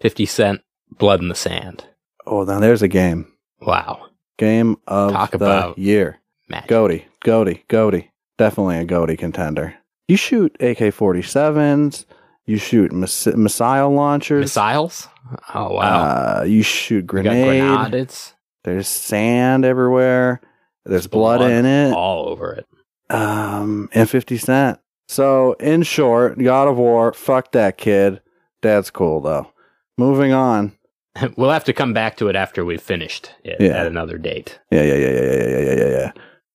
Speaker 2: 50 Cent, Blood in the Sand.
Speaker 1: Oh, now there's a game.
Speaker 2: Wow.
Speaker 1: Game of
Speaker 2: Talk
Speaker 1: the
Speaker 2: about-
Speaker 1: year.
Speaker 2: Magic.
Speaker 1: Goaty, goaty, goaty. Definitely a goaty contender. You shoot AK 47s. You shoot miss- missile launchers.
Speaker 2: Missiles? Oh, wow.
Speaker 1: Uh, you shoot
Speaker 2: We got
Speaker 1: grenade.
Speaker 2: grenades
Speaker 1: There's sand everywhere. There's blood,
Speaker 2: Blood.
Speaker 1: in it.
Speaker 2: all over it.
Speaker 1: Um, and 50 Cent. So, in short, God of War, fuck that kid. Dad's cool, though. Moving on.
Speaker 2: We'll have to come back to it after we've finished it
Speaker 1: Yeah.
Speaker 2: at another date.
Speaker 1: Yeah, yeah, yeah, yeah, yeah, yeah, yeah, yeah, yeah.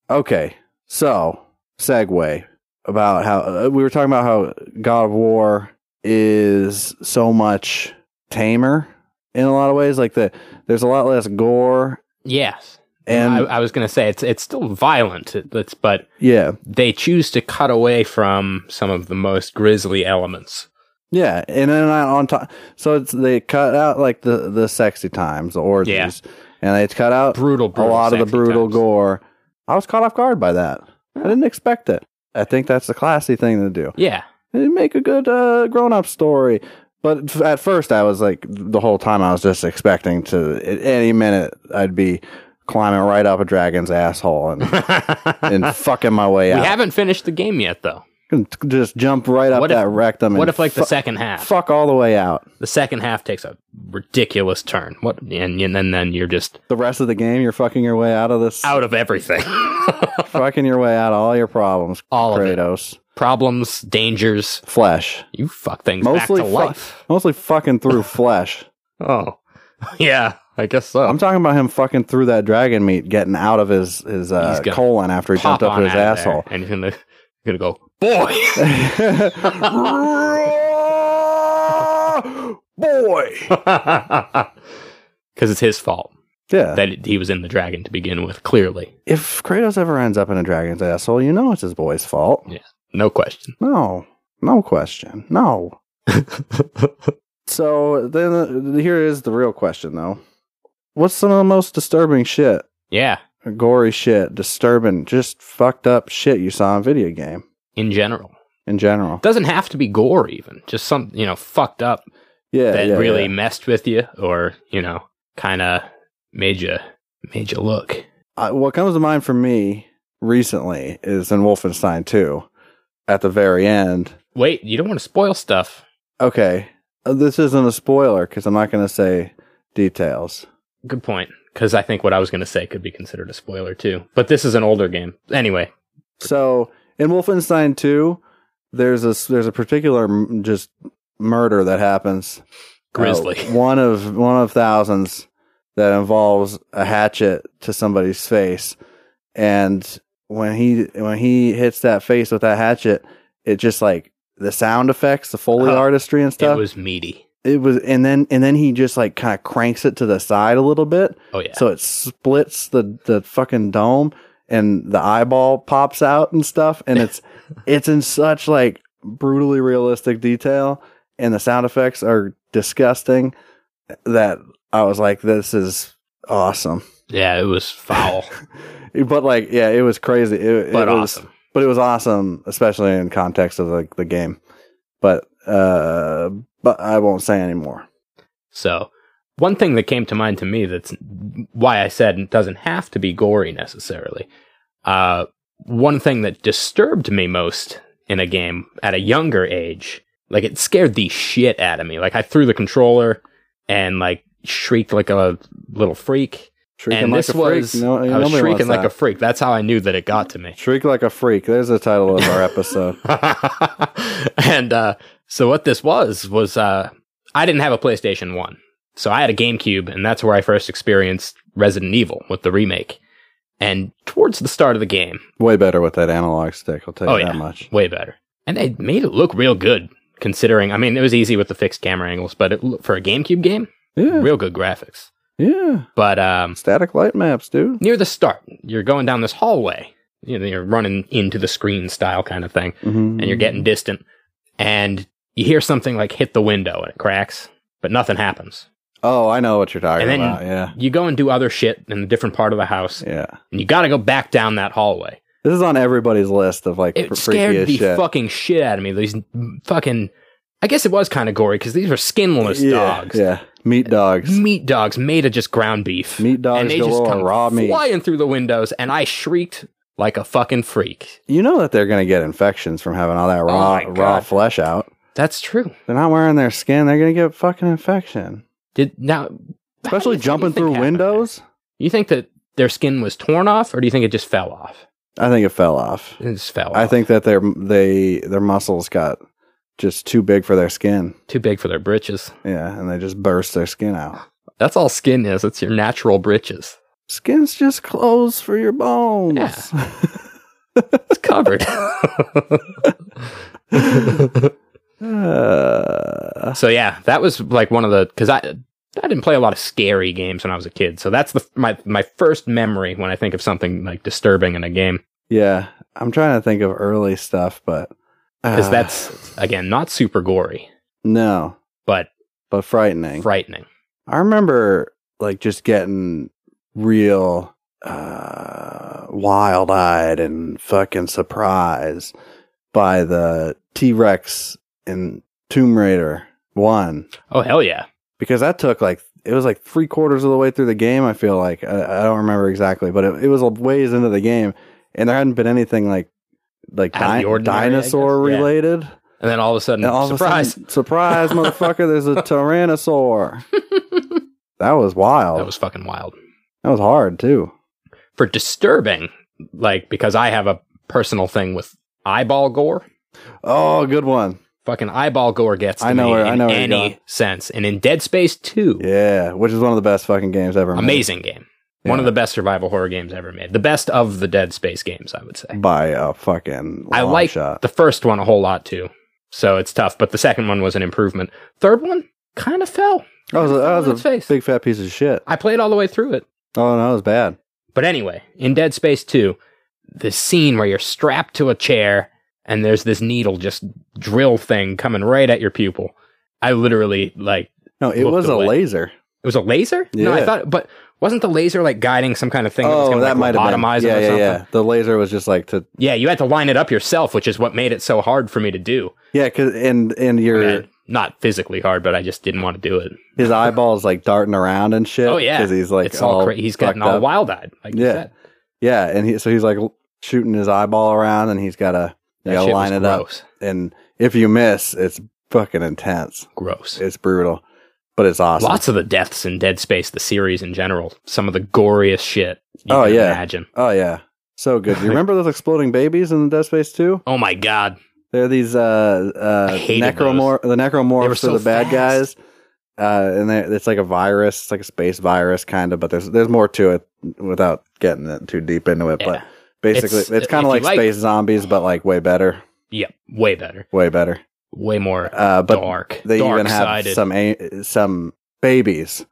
Speaker 1: Okay. So, segue about how uh, we were talking about how God of War is so much tamer in a lot of ways. Like the there's a lot less gore
Speaker 2: Yes.
Speaker 1: and
Speaker 2: I, I was going to say it's it's still violent, it- it's, but
Speaker 1: yeah,
Speaker 2: they choose to cut away from some of the most grisly elements.
Speaker 1: yeah, and then I- on top. So it's they cut out like the the sexy times, the orgies,
Speaker 2: Yeah.
Speaker 1: and they cut out
Speaker 2: Brutal,
Speaker 1: a
Speaker 2: brutal
Speaker 1: lot of the
Speaker 2: sexy
Speaker 1: brutal
Speaker 2: times.
Speaker 1: gore. I was caught off guard by that. I didn't expect it. I think that's the classy thing to do.
Speaker 2: Yeah.
Speaker 1: It'd make a good uh, grown-up story. But f- at first, I was like, the whole time, I was just expecting to at any minute I'd be climbing right up a dragon's asshole and and fucking my way
Speaker 2: We
Speaker 1: out.
Speaker 2: haven't finished the game yet, though.
Speaker 1: And t- just jump right up
Speaker 2: What if-
Speaker 1: that rectum.
Speaker 2: What
Speaker 1: and
Speaker 2: if, like, the
Speaker 1: fu-
Speaker 2: second half?
Speaker 1: fuck all the way out?
Speaker 2: the second half takes a ridiculous turn. What and and then, then you're just
Speaker 1: The rest of the game, you're fucking your way out of this.
Speaker 2: out of everything.
Speaker 1: Fucking your way out of all your problems.
Speaker 2: All of it.
Speaker 1: Kratos,
Speaker 2: Problems, dangers.
Speaker 1: flesh,
Speaker 2: You fuck things
Speaker 1: mostly
Speaker 2: back to
Speaker 1: fu-
Speaker 2: life.
Speaker 1: mostly fucking through flesh.
Speaker 2: Oh. Yeah, I guess so.
Speaker 1: I'm talking about him fucking through that dragon meat, getting out of his his uh,
Speaker 2: He's gonna
Speaker 1: colon after he
Speaker 2: Pop
Speaker 1: jumped up
Speaker 2: on
Speaker 1: his
Speaker 2: out of
Speaker 1: asshole.
Speaker 2: there, and you're gonna, you're gonna go, boy.
Speaker 1: Boy.
Speaker 2: Because it's his fault
Speaker 1: Yeah.
Speaker 2: that it, he was in the dragon to begin with. Clearly,
Speaker 1: if Kratos ever ends up in a dragon's asshole, you know it's his boy's fault.
Speaker 2: Yeah. no question.
Speaker 1: No. No question. No. So then uh, here is the real question though. What's some of the most disturbing shit,
Speaker 2: yeah,
Speaker 1: gory shit, disturbing, just fucked up shit you saw in video game
Speaker 2: in general,
Speaker 1: in general?
Speaker 2: doesn't have to be gore. Even just some, you know, fucked up
Speaker 1: Yeah.
Speaker 2: that
Speaker 1: yeah,
Speaker 2: really
Speaker 1: yeah.
Speaker 2: messed with you or you know kind of made you made you look
Speaker 1: I, what comes to mind for me recently is in Wolfenstein 2 at the very end.
Speaker 2: wait you don't want to spoil stuff
Speaker 1: Okay. Uh, This isn't a spoiler because I'm not going to say details.
Speaker 2: good point because i think what i was going to say could be considered a spoiler too but this is an older game anyway
Speaker 1: So in Wolfenstein 2, there's a s- there's a particular m- just murder that happens.
Speaker 2: Grizzly.
Speaker 1: Uh, one of one of thousands that involves a hatchet to somebody's face, and when he when he hits that face with that hatchet, it just like the sound effects, the foley
Speaker 2: Oh,
Speaker 1: artistry and
Speaker 2: it
Speaker 1: stuff.
Speaker 2: was meaty
Speaker 1: it was and then and then he just like kind of cranks it to the side a little bit
Speaker 2: oh yeah
Speaker 1: so it splits the the fucking dome and the eyeball pops out and stuff and it's it's in such like brutally realistic detail and the sound effects are disgusting that i was like this is awesome
Speaker 2: yeah it was foul
Speaker 1: but like yeah it was crazy it,
Speaker 2: but
Speaker 1: it was,
Speaker 2: awesome
Speaker 1: but it was awesome especially in context of like the game but uh but i won't say anymore
Speaker 2: so one thing that came to mind to me that's why i said it doesn't have to be gory necessarily uh, one thing that disturbed me most in a game at a younger age, like it scared the shit out of me. Like I threw the controller and like shrieked like a little freak.
Speaker 1: Shrieking
Speaker 2: and
Speaker 1: like
Speaker 2: this
Speaker 1: a freak.
Speaker 2: was
Speaker 1: No-
Speaker 2: I was
Speaker 1: nobody wants
Speaker 2: shrieking like
Speaker 1: that.
Speaker 2: a freak. That's how I knew that it got to me.
Speaker 1: shriek like a freak. There's the title of our episode.
Speaker 2: and uh, so what this was was uh, I didn't have a PlayStation One, so I had a GameCube, and that's where I first experienced Resident Evil with the remake. And towards the start of the game,
Speaker 1: Way better with that analog stick. I'll tell you
Speaker 2: Oh,
Speaker 1: that
Speaker 2: yeah.
Speaker 1: much.
Speaker 2: way better, and they made it look real good. Considering, I mean, it was easy with the fixed camera angles, but it, for a GameCube game,
Speaker 1: Yeah,
Speaker 2: real good graphics.
Speaker 1: yeah.
Speaker 2: But um,
Speaker 1: Static light maps, dude.
Speaker 2: near the start, you're going down this hallway. You know, you're running into the screen style kind of thing,
Speaker 1: Mm-hmm.
Speaker 2: and you're getting distant, and you hear something like hit the window and it cracks, but nothing happens.
Speaker 1: Oh, I know what you're talking
Speaker 2: And then-
Speaker 1: about. Yeah,
Speaker 2: You go and do other shit in a different part of the house,
Speaker 1: yeah.
Speaker 2: and you got to go back down that hallway.
Speaker 1: This is on everybody's list of like
Speaker 2: It
Speaker 1: fr- freaky
Speaker 2: scared
Speaker 1: as
Speaker 2: the
Speaker 1: shit.
Speaker 2: fucking shit out of me. These fucking, I guess it was kind of gory because these were skinless
Speaker 1: yeah,
Speaker 2: dogs,
Speaker 1: Yeah, meat dogs.
Speaker 2: meat dogs made of just ground beef.
Speaker 1: Meat dogs
Speaker 2: and they just
Speaker 1: galore,
Speaker 2: come
Speaker 1: raw meat.
Speaker 2: flying through the windows, and I shrieked like a fucking freak.
Speaker 1: You know that they're gonna get infections from having all that raw
Speaker 2: Oh my God.
Speaker 1: raw flesh out.
Speaker 2: That's true.
Speaker 1: They're not wearing their skin. They're gonna get fucking infection.
Speaker 2: Did now
Speaker 1: Especially
Speaker 2: What do you
Speaker 1: jumping
Speaker 2: think
Speaker 1: through
Speaker 2: happened
Speaker 1: windows.
Speaker 2: there? You think that their skin was torn off, or do you think it just fell off?
Speaker 1: I think it fell off.
Speaker 2: It just fell.
Speaker 1: I
Speaker 2: off.
Speaker 1: think that their they their muscles got just too big for their skin.
Speaker 2: too big for their britches.
Speaker 1: Yeah, and they just burst their skin out.
Speaker 2: That's all skin is. It's your natural britches.
Speaker 1: Skin's just clothes for your bones.
Speaker 2: It's covered.
Speaker 1: Uh,
Speaker 2: so yeah, that was like one of the because I I didn't play a lot of scary games when I was a kid. So that's the my my first memory when I think of something like disturbing in a game
Speaker 1: yeah, I'm trying to think of early stuff, but
Speaker 2: because
Speaker 1: uh,
Speaker 2: that's again not super gory
Speaker 1: no,
Speaker 2: but
Speaker 1: but frightening.
Speaker 2: frightening.
Speaker 1: I remember like just getting real uh, wild eyed and fucking surprised by the T Rex in Tomb Raider 1
Speaker 2: Oh hell yeah!
Speaker 1: because that took like, it was like three quarters of the way through the game, I feel like. I, I don't remember exactly, but it, it was a ways into the game and there hadn't been anything like. Like
Speaker 2: Out of the
Speaker 1: di-
Speaker 2: ordinary, I guess.
Speaker 1: dinosaur
Speaker 2: Yeah.
Speaker 1: related,
Speaker 2: And then all of a sudden,
Speaker 1: and all
Speaker 2: surprise!
Speaker 1: of a sudden, surprise, motherfucker! There's a tyrannosaur. that was wild.
Speaker 2: that was fucking wild.
Speaker 1: That was hard too.
Speaker 2: for disturbing, like because I have a personal thing with eyeball gore.
Speaker 1: Oh, good one.
Speaker 2: Fucking eyeball gore gets to
Speaker 1: I know
Speaker 2: me
Speaker 1: where-
Speaker 2: in
Speaker 1: I know where you're going.
Speaker 2: any sense, and in Dead Space Two,
Speaker 1: Yeah, which is one of the best fucking games ever. made.
Speaker 2: amazing game, one
Speaker 1: Yeah.
Speaker 2: of the best survival horror games ever made, the best of the Dead Space games, I would say.
Speaker 1: by a fucking. Long
Speaker 2: I like
Speaker 1: shot.
Speaker 2: the first one a whole lot too, so it's tough. But the second one was an improvement. Third one kind of fell.
Speaker 1: That was a, that was
Speaker 2: on its
Speaker 1: a
Speaker 2: face.
Speaker 1: big fat piece of shit.
Speaker 2: I played all the way through it,
Speaker 1: Oh no, it was bad.
Speaker 2: But anyway, in Dead Space 2, the scene where you're strapped to a chair and there's this needle just drill thing coming right at your pupil. I literally like
Speaker 1: No, it
Speaker 2: Looked
Speaker 1: was a
Speaker 2: away.
Speaker 1: laser.
Speaker 2: it was a laser? No,
Speaker 1: Yeah.
Speaker 2: I thought but wasn't the laser like guiding some kind of thing that was
Speaker 1: oh,
Speaker 2: gonna
Speaker 1: that might
Speaker 2: like
Speaker 1: have been.
Speaker 2: lobotomize
Speaker 1: yeah,
Speaker 2: it or
Speaker 1: yeah,
Speaker 2: something?
Speaker 1: yeah. The laser was just like to.
Speaker 2: Yeah, you had to line it up yourself, which is what made it so hard for me to do.
Speaker 1: Yeah, cause and and your
Speaker 2: I mean, not physically hard, but I just didn't want to do it.
Speaker 1: his eyeballs like darting around and shit.
Speaker 2: Oh yeah.
Speaker 1: because he's like
Speaker 2: it's
Speaker 1: all
Speaker 2: all cra- he's gotten
Speaker 1: fucked
Speaker 2: all
Speaker 1: up.
Speaker 2: wild eyed, like you
Speaker 1: Yeah.
Speaker 2: said.
Speaker 1: Yeah, and he, so he's like shooting his eyeball around, and he's got to you
Speaker 2: That
Speaker 1: got to
Speaker 2: shit
Speaker 1: line
Speaker 2: was
Speaker 1: it up.
Speaker 2: gross.
Speaker 1: And if you miss, it's fucking intense.
Speaker 2: Gross.
Speaker 1: It's brutal, but it's awesome.
Speaker 2: Lots of the deaths in Dead Space, the series in general, some of the goriest shit you
Speaker 1: Oh,
Speaker 2: can
Speaker 1: yeah.
Speaker 2: imagine.
Speaker 1: Oh yeah, so good. You remember those exploding babies in Dead Space Two?
Speaker 2: Oh my god.
Speaker 1: They're these uh, uh,
Speaker 2: I hated
Speaker 1: necromor the
Speaker 2: They were
Speaker 1: necromorphs
Speaker 2: so
Speaker 1: are the bad guys,
Speaker 2: fast.
Speaker 1: uh, and they- it's like a virus, it's like a space virus kind of. But there's there's more to it without getting it too deep into it.
Speaker 2: Yeah.
Speaker 1: But basically, it's,
Speaker 2: It's-
Speaker 1: kind
Speaker 2: if
Speaker 1: of
Speaker 2: you
Speaker 1: like,
Speaker 2: like-
Speaker 1: space zombies, but like way better,
Speaker 2: Yep. Way better.
Speaker 1: way better.
Speaker 2: Way more
Speaker 1: Uh, but
Speaker 2: dark.
Speaker 1: they
Speaker 2: dark
Speaker 1: even have
Speaker 2: sided.
Speaker 1: some a- some babies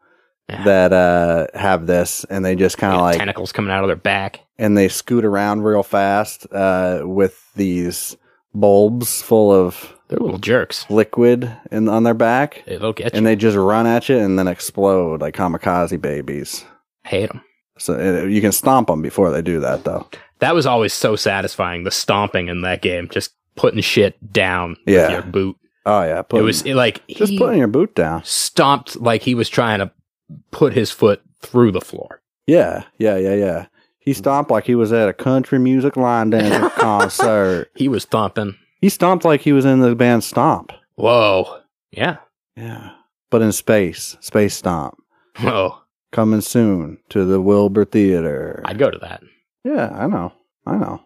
Speaker 2: Yeah.
Speaker 1: that uh, have this, and they just kind of like
Speaker 2: tentacles coming out of their back.
Speaker 1: and they scoot around real fast uh, with these bulbs full of
Speaker 2: They're little jerks.
Speaker 1: liquid in, on their back,
Speaker 2: They'll get you.
Speaker 1: and they just run at you and then explode like kamikaze babies.
Speaker 2: I hate them.
Speaker 1: So uh, you can stomp them before they do that, though.
Speaker 2: That was always so satisfying, the stomping in that game, just putting shit down
Speaker 1: Yeah.
Speaker 2: with your boot.
Speaker 1: Oh yeah,
Speaker 2: It
Speaker 1: put,
Speaker 2: was it, like
Speaker 1: just
Speaker 2: he
Speaker 1: putting your boot down.
Speaker 2: stomped like he was trying to put his foot through the floor.
Speaker 1: Yeah, yeah, yeah, yeah. He stomped like he was at a country music line dancing concert.
Speaker 2: He was thumping.
Speaker 1: He stomped like he was in the band Stomp.
Speaker 2: Whoa. Yeah.
Speaker 1: Yeah, but in space, space stomp.
Speaker 2: Whoa.
Speaker 1: coming soon to the Wilbur Theater.
Speaker 2: I'd go to that.
Speaker 1: yeah, I know. I know.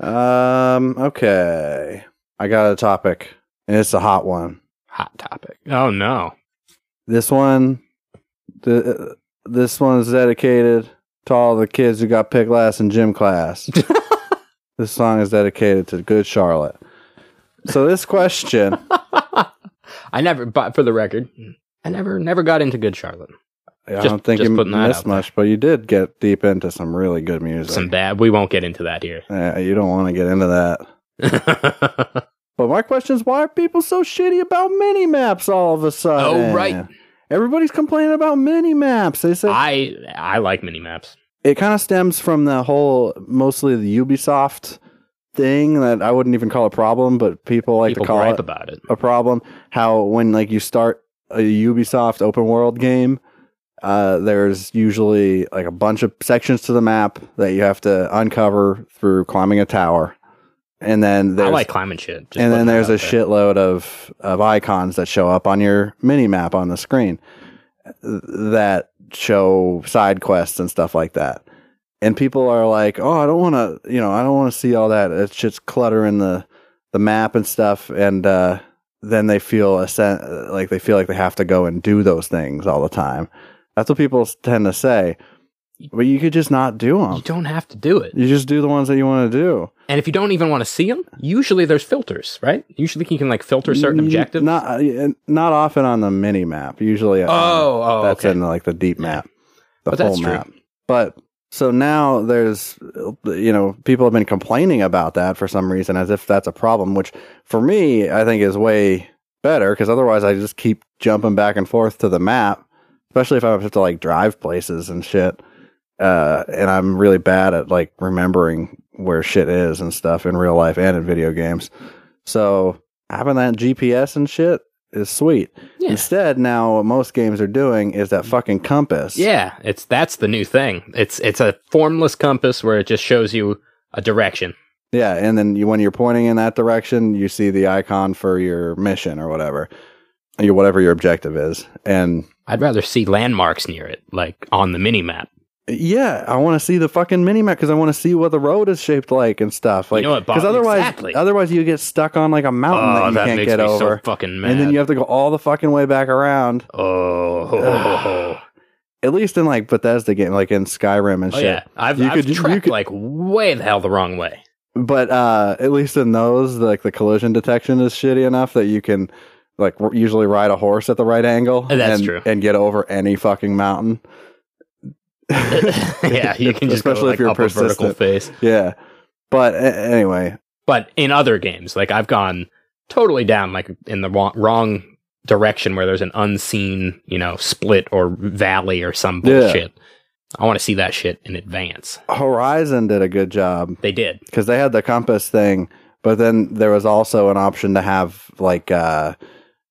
Speaker 1: Um, okay. I got a topic, and it's a hot one.
Speaker 2: Hot topic. Oh no.
Speaker 1: This one, the, this one's dedicated to all the kids who got picked last in gym class. this song is dedicated to Good Charlotte. So this question,
Speaker 2: I never, but for the record, I never, never got into Good Charlotte.
Speaker 1: I
Speaker 2: Just-
Speaker 1: don't think
Speaker 2: just
Speaker 1: you
Speaker 2: putting that out
Speaker 1: missed
Speaker 2: there.
Speaker 1: much, but you did get deep into some really good music.
Speaker 2: Some bad. We won't get into that here.
Speaker 1: Yeah, you don't want to get into that. But my question is, why are people so shitty about mini maps all of a sudden?
Speaker 2: Oh, right.
Speaker 1: Everybody's complaining about mini maps. They say
Speaker 2: I, I like mini maps.
Speaker 1: it kind of stems from the whole mostly the Ubisoft thing that I wouldn't even call a problem, but people like
Speaker 2: People
Speaker 1: to call
Speaker 2: gripe
Speaker 1: it
Speaker 2: about it.
Speaker 1: a problem. How when like you start a Ubisoft open world game, uh, there's usually like a bunch of sections to the map that you have to uncover through climbing a tower, and then
Speaker 2: I
Speaker 1: there's
Speaker 2: like climbing shit. just
Speaker 1: and then
Speaker 2: putting that
Speaker 1: there's a
Speaker 2: out there.
Speaker 1: shitload of of icons that show up on your mini map on the screen uh, that show side quests and stuff like that. And people are like, "Oh, I don't want to, you know, I don't want to see all that. It's just cluttering the the map and stuff." And uh, then they feel a sen- uh, like they feel like they have to go and do those things all the time. That's what people tend to say. But you could just not do
Speaker 2: You
Speaker 1: them.
Speaker 2: don't have to do it.
Speaker 1: You just do the ones that you want to do.
Speaker 2: And if you don't even want to see them, usually there's filters, right? Usually you can like filter certain
Speaker 1: N-
Speaker 2: objectives.
Speaker 1: Not uh, not often on the mini map. Usually, uh,
Speaker 2: oh, oh,
Speaker 1: that's
Speaker 2: okay.
Speaker 1: in like the deep map, the
Speaker 2: But
Speaker 1: full
Speaker 2: that's true.
Speaker 1: map. But so now there's, uh, you know, people have been complaining about that for some reason, as if that's a problem. Which for me, I think is way better because otherwise, I just keep jumping back and forth to the map, especially if I have to like drive places and shit. Uh, and I'm really bad at like remembering where shit is and stuff in real life and in video games. So having that GPS and shit is sweet.
Speaker 2: yeah.
Speaker 1: Instead, now what most games are doing is that fucking compass.
Speaker 2: yeah, it's that's the new thing. It's it's a formless compass where it just shows you a direction.
Speaker 1: Yeah, and then you, when you're pointing in that direction, you see the icon for your mission or whatever, your whatever your objective is. And
Speaker 2: I'd rather see landmarks near it, like on the mini map.
Speaker 1: yeah, I want to see the fucking mini map because I want to see what the road is shaped like and stuff. Like,
Speaker 2: know what, Bob?
Speaker 1: otherwise,
Speaker 2: Exactly.
Speaker 1: otherwise you get stuck on like a mountain that
Speaker 2: Oh,
Speaker 1: you
Speaker 2: that
Speaker 1: can't
Speaker 2: makes
Speaker 1: get
Speaker 2: me
Speaker 1: over,
Speaker 2: so fucking mad.
Speaker 1: and then you have to go all the fucking way back around.
Speaker 2: oh, ho, ho, ho, ho.
Speaker 1: At least in like Bethesda game, like in Skyrim and
Speaker 2: Oh,
Speaker 1: shit.
Speaker 2: yeah, I've,
Speaker 1: You
Speaker 2: I've
Speaker 1: could- you
Speaker 2: tracked
Speaker 1: could-
Speaker 2: like way the hell the wrong way.
Speaker 1: but uh at least in those like the collision detection is shitty enough that you can like r- usually ride a horse at the right angle
Speaker 2: Uh, that's
Speaker 1: and,
Speaker 2: true.
Speaker 1: and get over any fucking mountain
Speaker 2: yeah, you can just
Speaker 1: Especially
Speaker 2: go,
Speaker 1: if
Speaker 2: like,
Speaker 1: you're
Speaker 2: up a vertical
Speaker 1: persistent.
Speaker 2: face.
Speaker 1: yeah but a- anyway
Speaker 2: but in other games like i've gone totally down like in the wrong, wrong direction where there's an unseen you know split or valley or some
Speaker 1: Yeah.
Speaker 2: bullshit i want to see that shit in advance
Speaker 1: horizon did a good job
Speaker 2: they did
Speaker 1: because they had the compass thing but then there was also an option to have like uh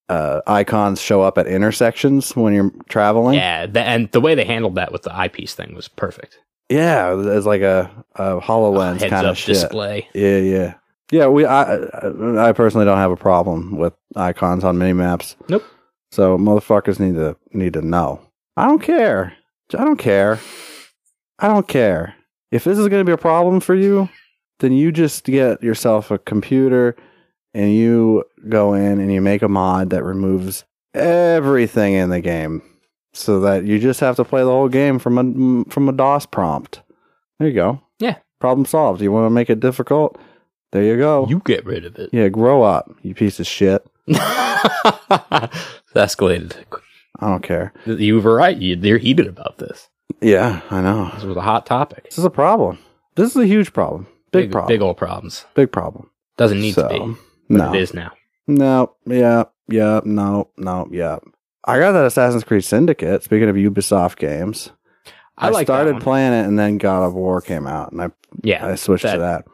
Speaker 1: uh icons show up at intersections when you're traveling
Speaker 2: yeah th- and the way they handled that with the eyepiece thing was perfect
Speaker 1: yeah it's like a, a hololens
Speaker 2: heads
Speaker 1: kind
Speaker 2: up
Speaker 1: of shit
Speaker 2: display
Speaker 1: Yeah, yeah, yeah. We, I, I, I personally don't have a problem with icons on mini maps.
Speaker 2: Nope.
Speaker 1: So motherfuckers need to need to know. I don't care. I don't care. I don't care. If this is going to be a problem for you, then you just get yourself a computer and you go in and you make a mod that removes everything in the game, so that you just have to play the whole game from a from a DOS prompt. There you go problem solved. You want to make it difficult? There you go.
Speaker 2: you get rid of it
Speaker 1: yeah, grow up, you piece of shit.
Speaker 2: escalated
Speaker 1: I don't care.
Speaker 2: you were right you, you're heated about this
Speaker 1: Yeah, I know.
Speaker 2: this was a hot topic
Speaker 1: This is a problem. This is a huge problem. Big, problem.
Speaker 2: big
Speaker 1: Big,
Speaker 2: old problems
Speaker 1: problem.
Speaker 2: doesn't need
Speaker 1: So,
Speaker 2: to be but
Speaker 1: No.
Speaker 2: it is now
Speaker 1: No. Yeah. Yeah. No. No. Yeah. I got that Assassin's Creed Syndicate. Speaking of Ubisoft games,
Speaker 2: i, like that
Speaker 1: started
Speaker 2: one.
Speaker 1: playing it, and then God of War came out, and I
Speaker 2: yeah
Speaker 1: I switched
Speaker 2: that-
Speaker 1: to that.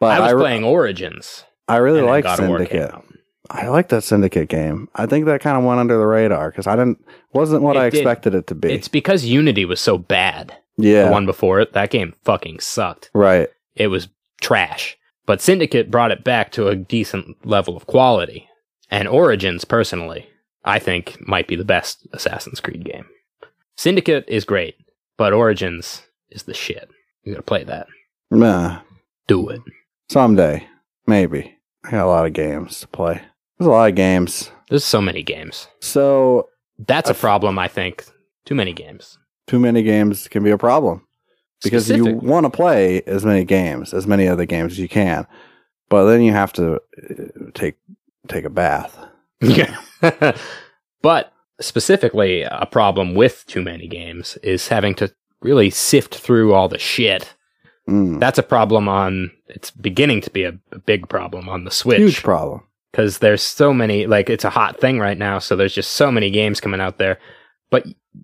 Speaker 1: But
Speaker 2: I was
Speaker 1: I, re-
Speaker 2: playing Origins.
Speaker 1: I really
Speaker 2: and then
Speaker 1: like
Speaker 2: God of War came
Speaker 1: Syndicate.
Speaker 2: out.
Speaker 1: I like that Syndicate game. I think that kind of went under the radar because I didn't wasn't what
Speaker 2: It
Speaker 1: I
Speaker 2: did.
Speaker 1: expected it to be.
Speaker 2: It's because Unity was so bad.
Speaker 1: yeah,
Speaker 2: The one before it, that game fucking sucked.
Speaker 1: right.
Speaker 2: It was trash. But Syndicate brought it back to a decent level of quality. And Origins, personally, I think might be the best Assassin's Creed game. Syndicate is great, but Origins is the shit. You gotta play that.
Speaker 1: Nah,
Speaker 2: Do it.
Speaker 1: someday, maybe. I got a lot of games to play. There's a lot of games.
Speaker 2: There's so many games.
Speaker 1: So
Speaker 2: That's a
Speaker 1: I f-
Speaker 2: problem, I think. Too many games.
Speaker 1: too many games can be a problem because you
Speaker 2: Specific-
Speaker 1: want to play as many games, as many other games as you can, but then you have to uh, take take a bath.
Speaker 2: Yeah. but specifically, a problem with too many games is having to really sift through all the shit.
Speaker 1: Mm.
Speaker 2: That's a problem on. It's beginning to be a, a big problem on the
Speaker 1: Huge
Speaker 2: Switch
Speaker 1: problem.
Speaker 2: because there's so many. Like it's a hot thing right now, so there's just so many games coming out there.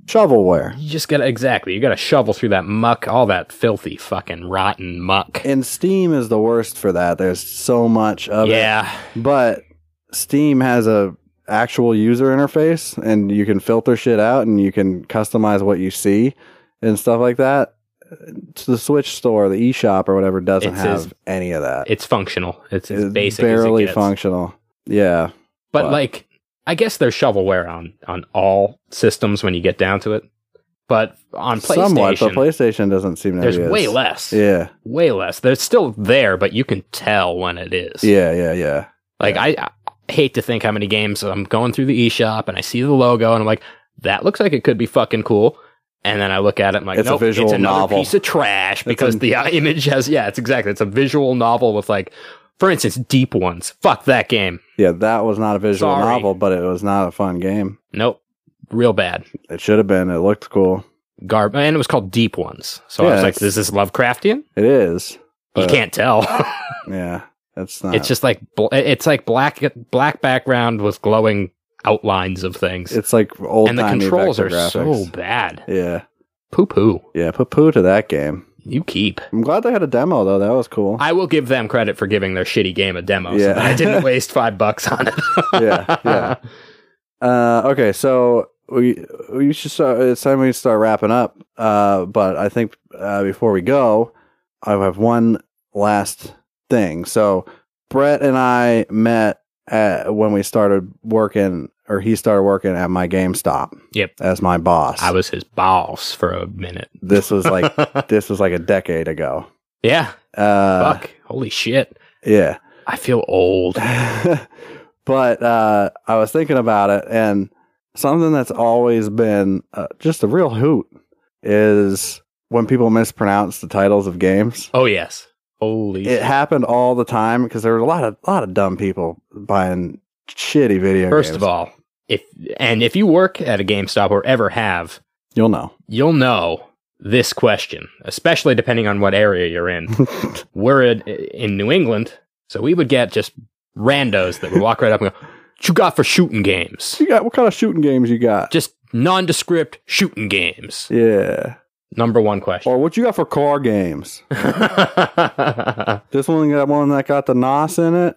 Speaker 1: Shovelware.
Speaker 2: You just gotta exactly. You gotta shovel through that muck, all that filthy, fucking rotten muck.
Speaker 1: And Steam is the worst for that. There's so much of it.
Speaker 2: yeah,
Speaker 1: but steam has a actual user interface and you can filter shit out and you can customize what you see and stuff like that so the switch store the eshop or whatever doesn't
Speaker 2: It's
Speaker 1: have
Speaker 2: as-
Speaker 1: any of that
Speaker 2: it's functional. It's as basic
Speaker 1: barely
Speaker 2: as it gets.
Speaker 1: functional yeah
Speaker 2: But
Speaker 1: But-
Speaker 2: like, I guess there's shovelware on on all systems when you get down to it. But on PlayStation,
Speaker 1: somewhat but playstation doesn't seem to
Speaker 2: there's
Speaker 1: be as-
Speaker 2: way less,
Speaker 1: yeah
Speaker 2: way less. They're still there, but you can tell when it is.
Speaker 1: yeah yeah yeah
Speaker 2: Like I, I hate to think how many games I'm going through the eShop and I see the logo and I'm like, that looks like it could be fucking cool. And then I look at it, and I'm like,
Speaker 1: It's a
Speaker 2: nope,
Speaker 1: visual
Speaker 2: it's another
Speaker 1: novel.
Speaker 2: piece of trash because
Speaker 1: an-
Speaker 2: the uh, image has, yeah, it's exactly, it's a visual novel with like, for instance, Deep Ones. Fuck that game.
Speaker 1: yeah that was not a visual
Speaker 2: Sorry.
Speaker 1: novel but it was not a fun game
Speaker 2: Nope, real bad.
Speaker 1: it should have been it looked cool
Speaker 2: garb and it was called deep ones so i
Speaker 1: Yeah,
Speaker 2: was like
Speaker 1: it's-
Speaker 2: is this lovecraftian
Speaker 1: it is
Speaker 2: you
Speaker 1: but-
Speaker 2: can't tell
Speaker 1: yeah that's not
Speaker 2: it's just like bl- it's like black black background with glowing outlines of things
Speaker 1: it's like old
Speaker 2: and the controls are so bad
Speaker 1: yeah
Speaker 2: poo poo
Speaker 1: Yeah, put poo to that game.
Speaker 2: you keep
Speaker 1: I'm glad they had a demo though. That was cool.
Speaker 2: i will give them credit for giving their shitty game a demo so
Speaker 1: Yeah.
Speaker 2: that i didn't waste five bucks on it
Speaker 1: Yeah, yeah. Uh, okay, so we we should start. It's time we start wrapping up. Uh, but I think uh, before we go, I have one last thing. So Brett and I met at, when we started working, or he started working at my GameStop.
Speaker 2: Yep.
Speaker 1: as my boss.
Speaker 2: i was his boss for a minute
Speaker 1: this was like this was like a decade ago.
Speaker 2: yeah
Speaker 1: Uh,
Speaker 2: fuck holy shit
Speaker 1: yeah.
Speaker 2: i feel old
Speaker 1: but uh, I was thinking about it, and something that's always been uh, just a real hoot is when people mispronounce the titles of games.
Speaker 2: oh yes holy
Speaker 1: It
Speaker 2: shit.
Speaker 1: happened all the time because there were a lot of lot of dumb people buying shitty video
Speaker 2: First
Speaker 1: games.
Speaker 2: of all, if and if you work at a GameStop or ever have,
Speaker 1: you'll know.
Speaker 2: you'll know this question, especially depending on what area you're in. We're in, in New England, so we would get just randos that would walk right up and go, "What you got for shooting games?
Speaker 1: you got what kind of shooting games you got?
Speaker 2: Just nondescript shooting games."
Speaker 1: Yeah,
Speaker 2: Number one question.
Speaker 1: or what you got for car games? This one got one that got the nos in it.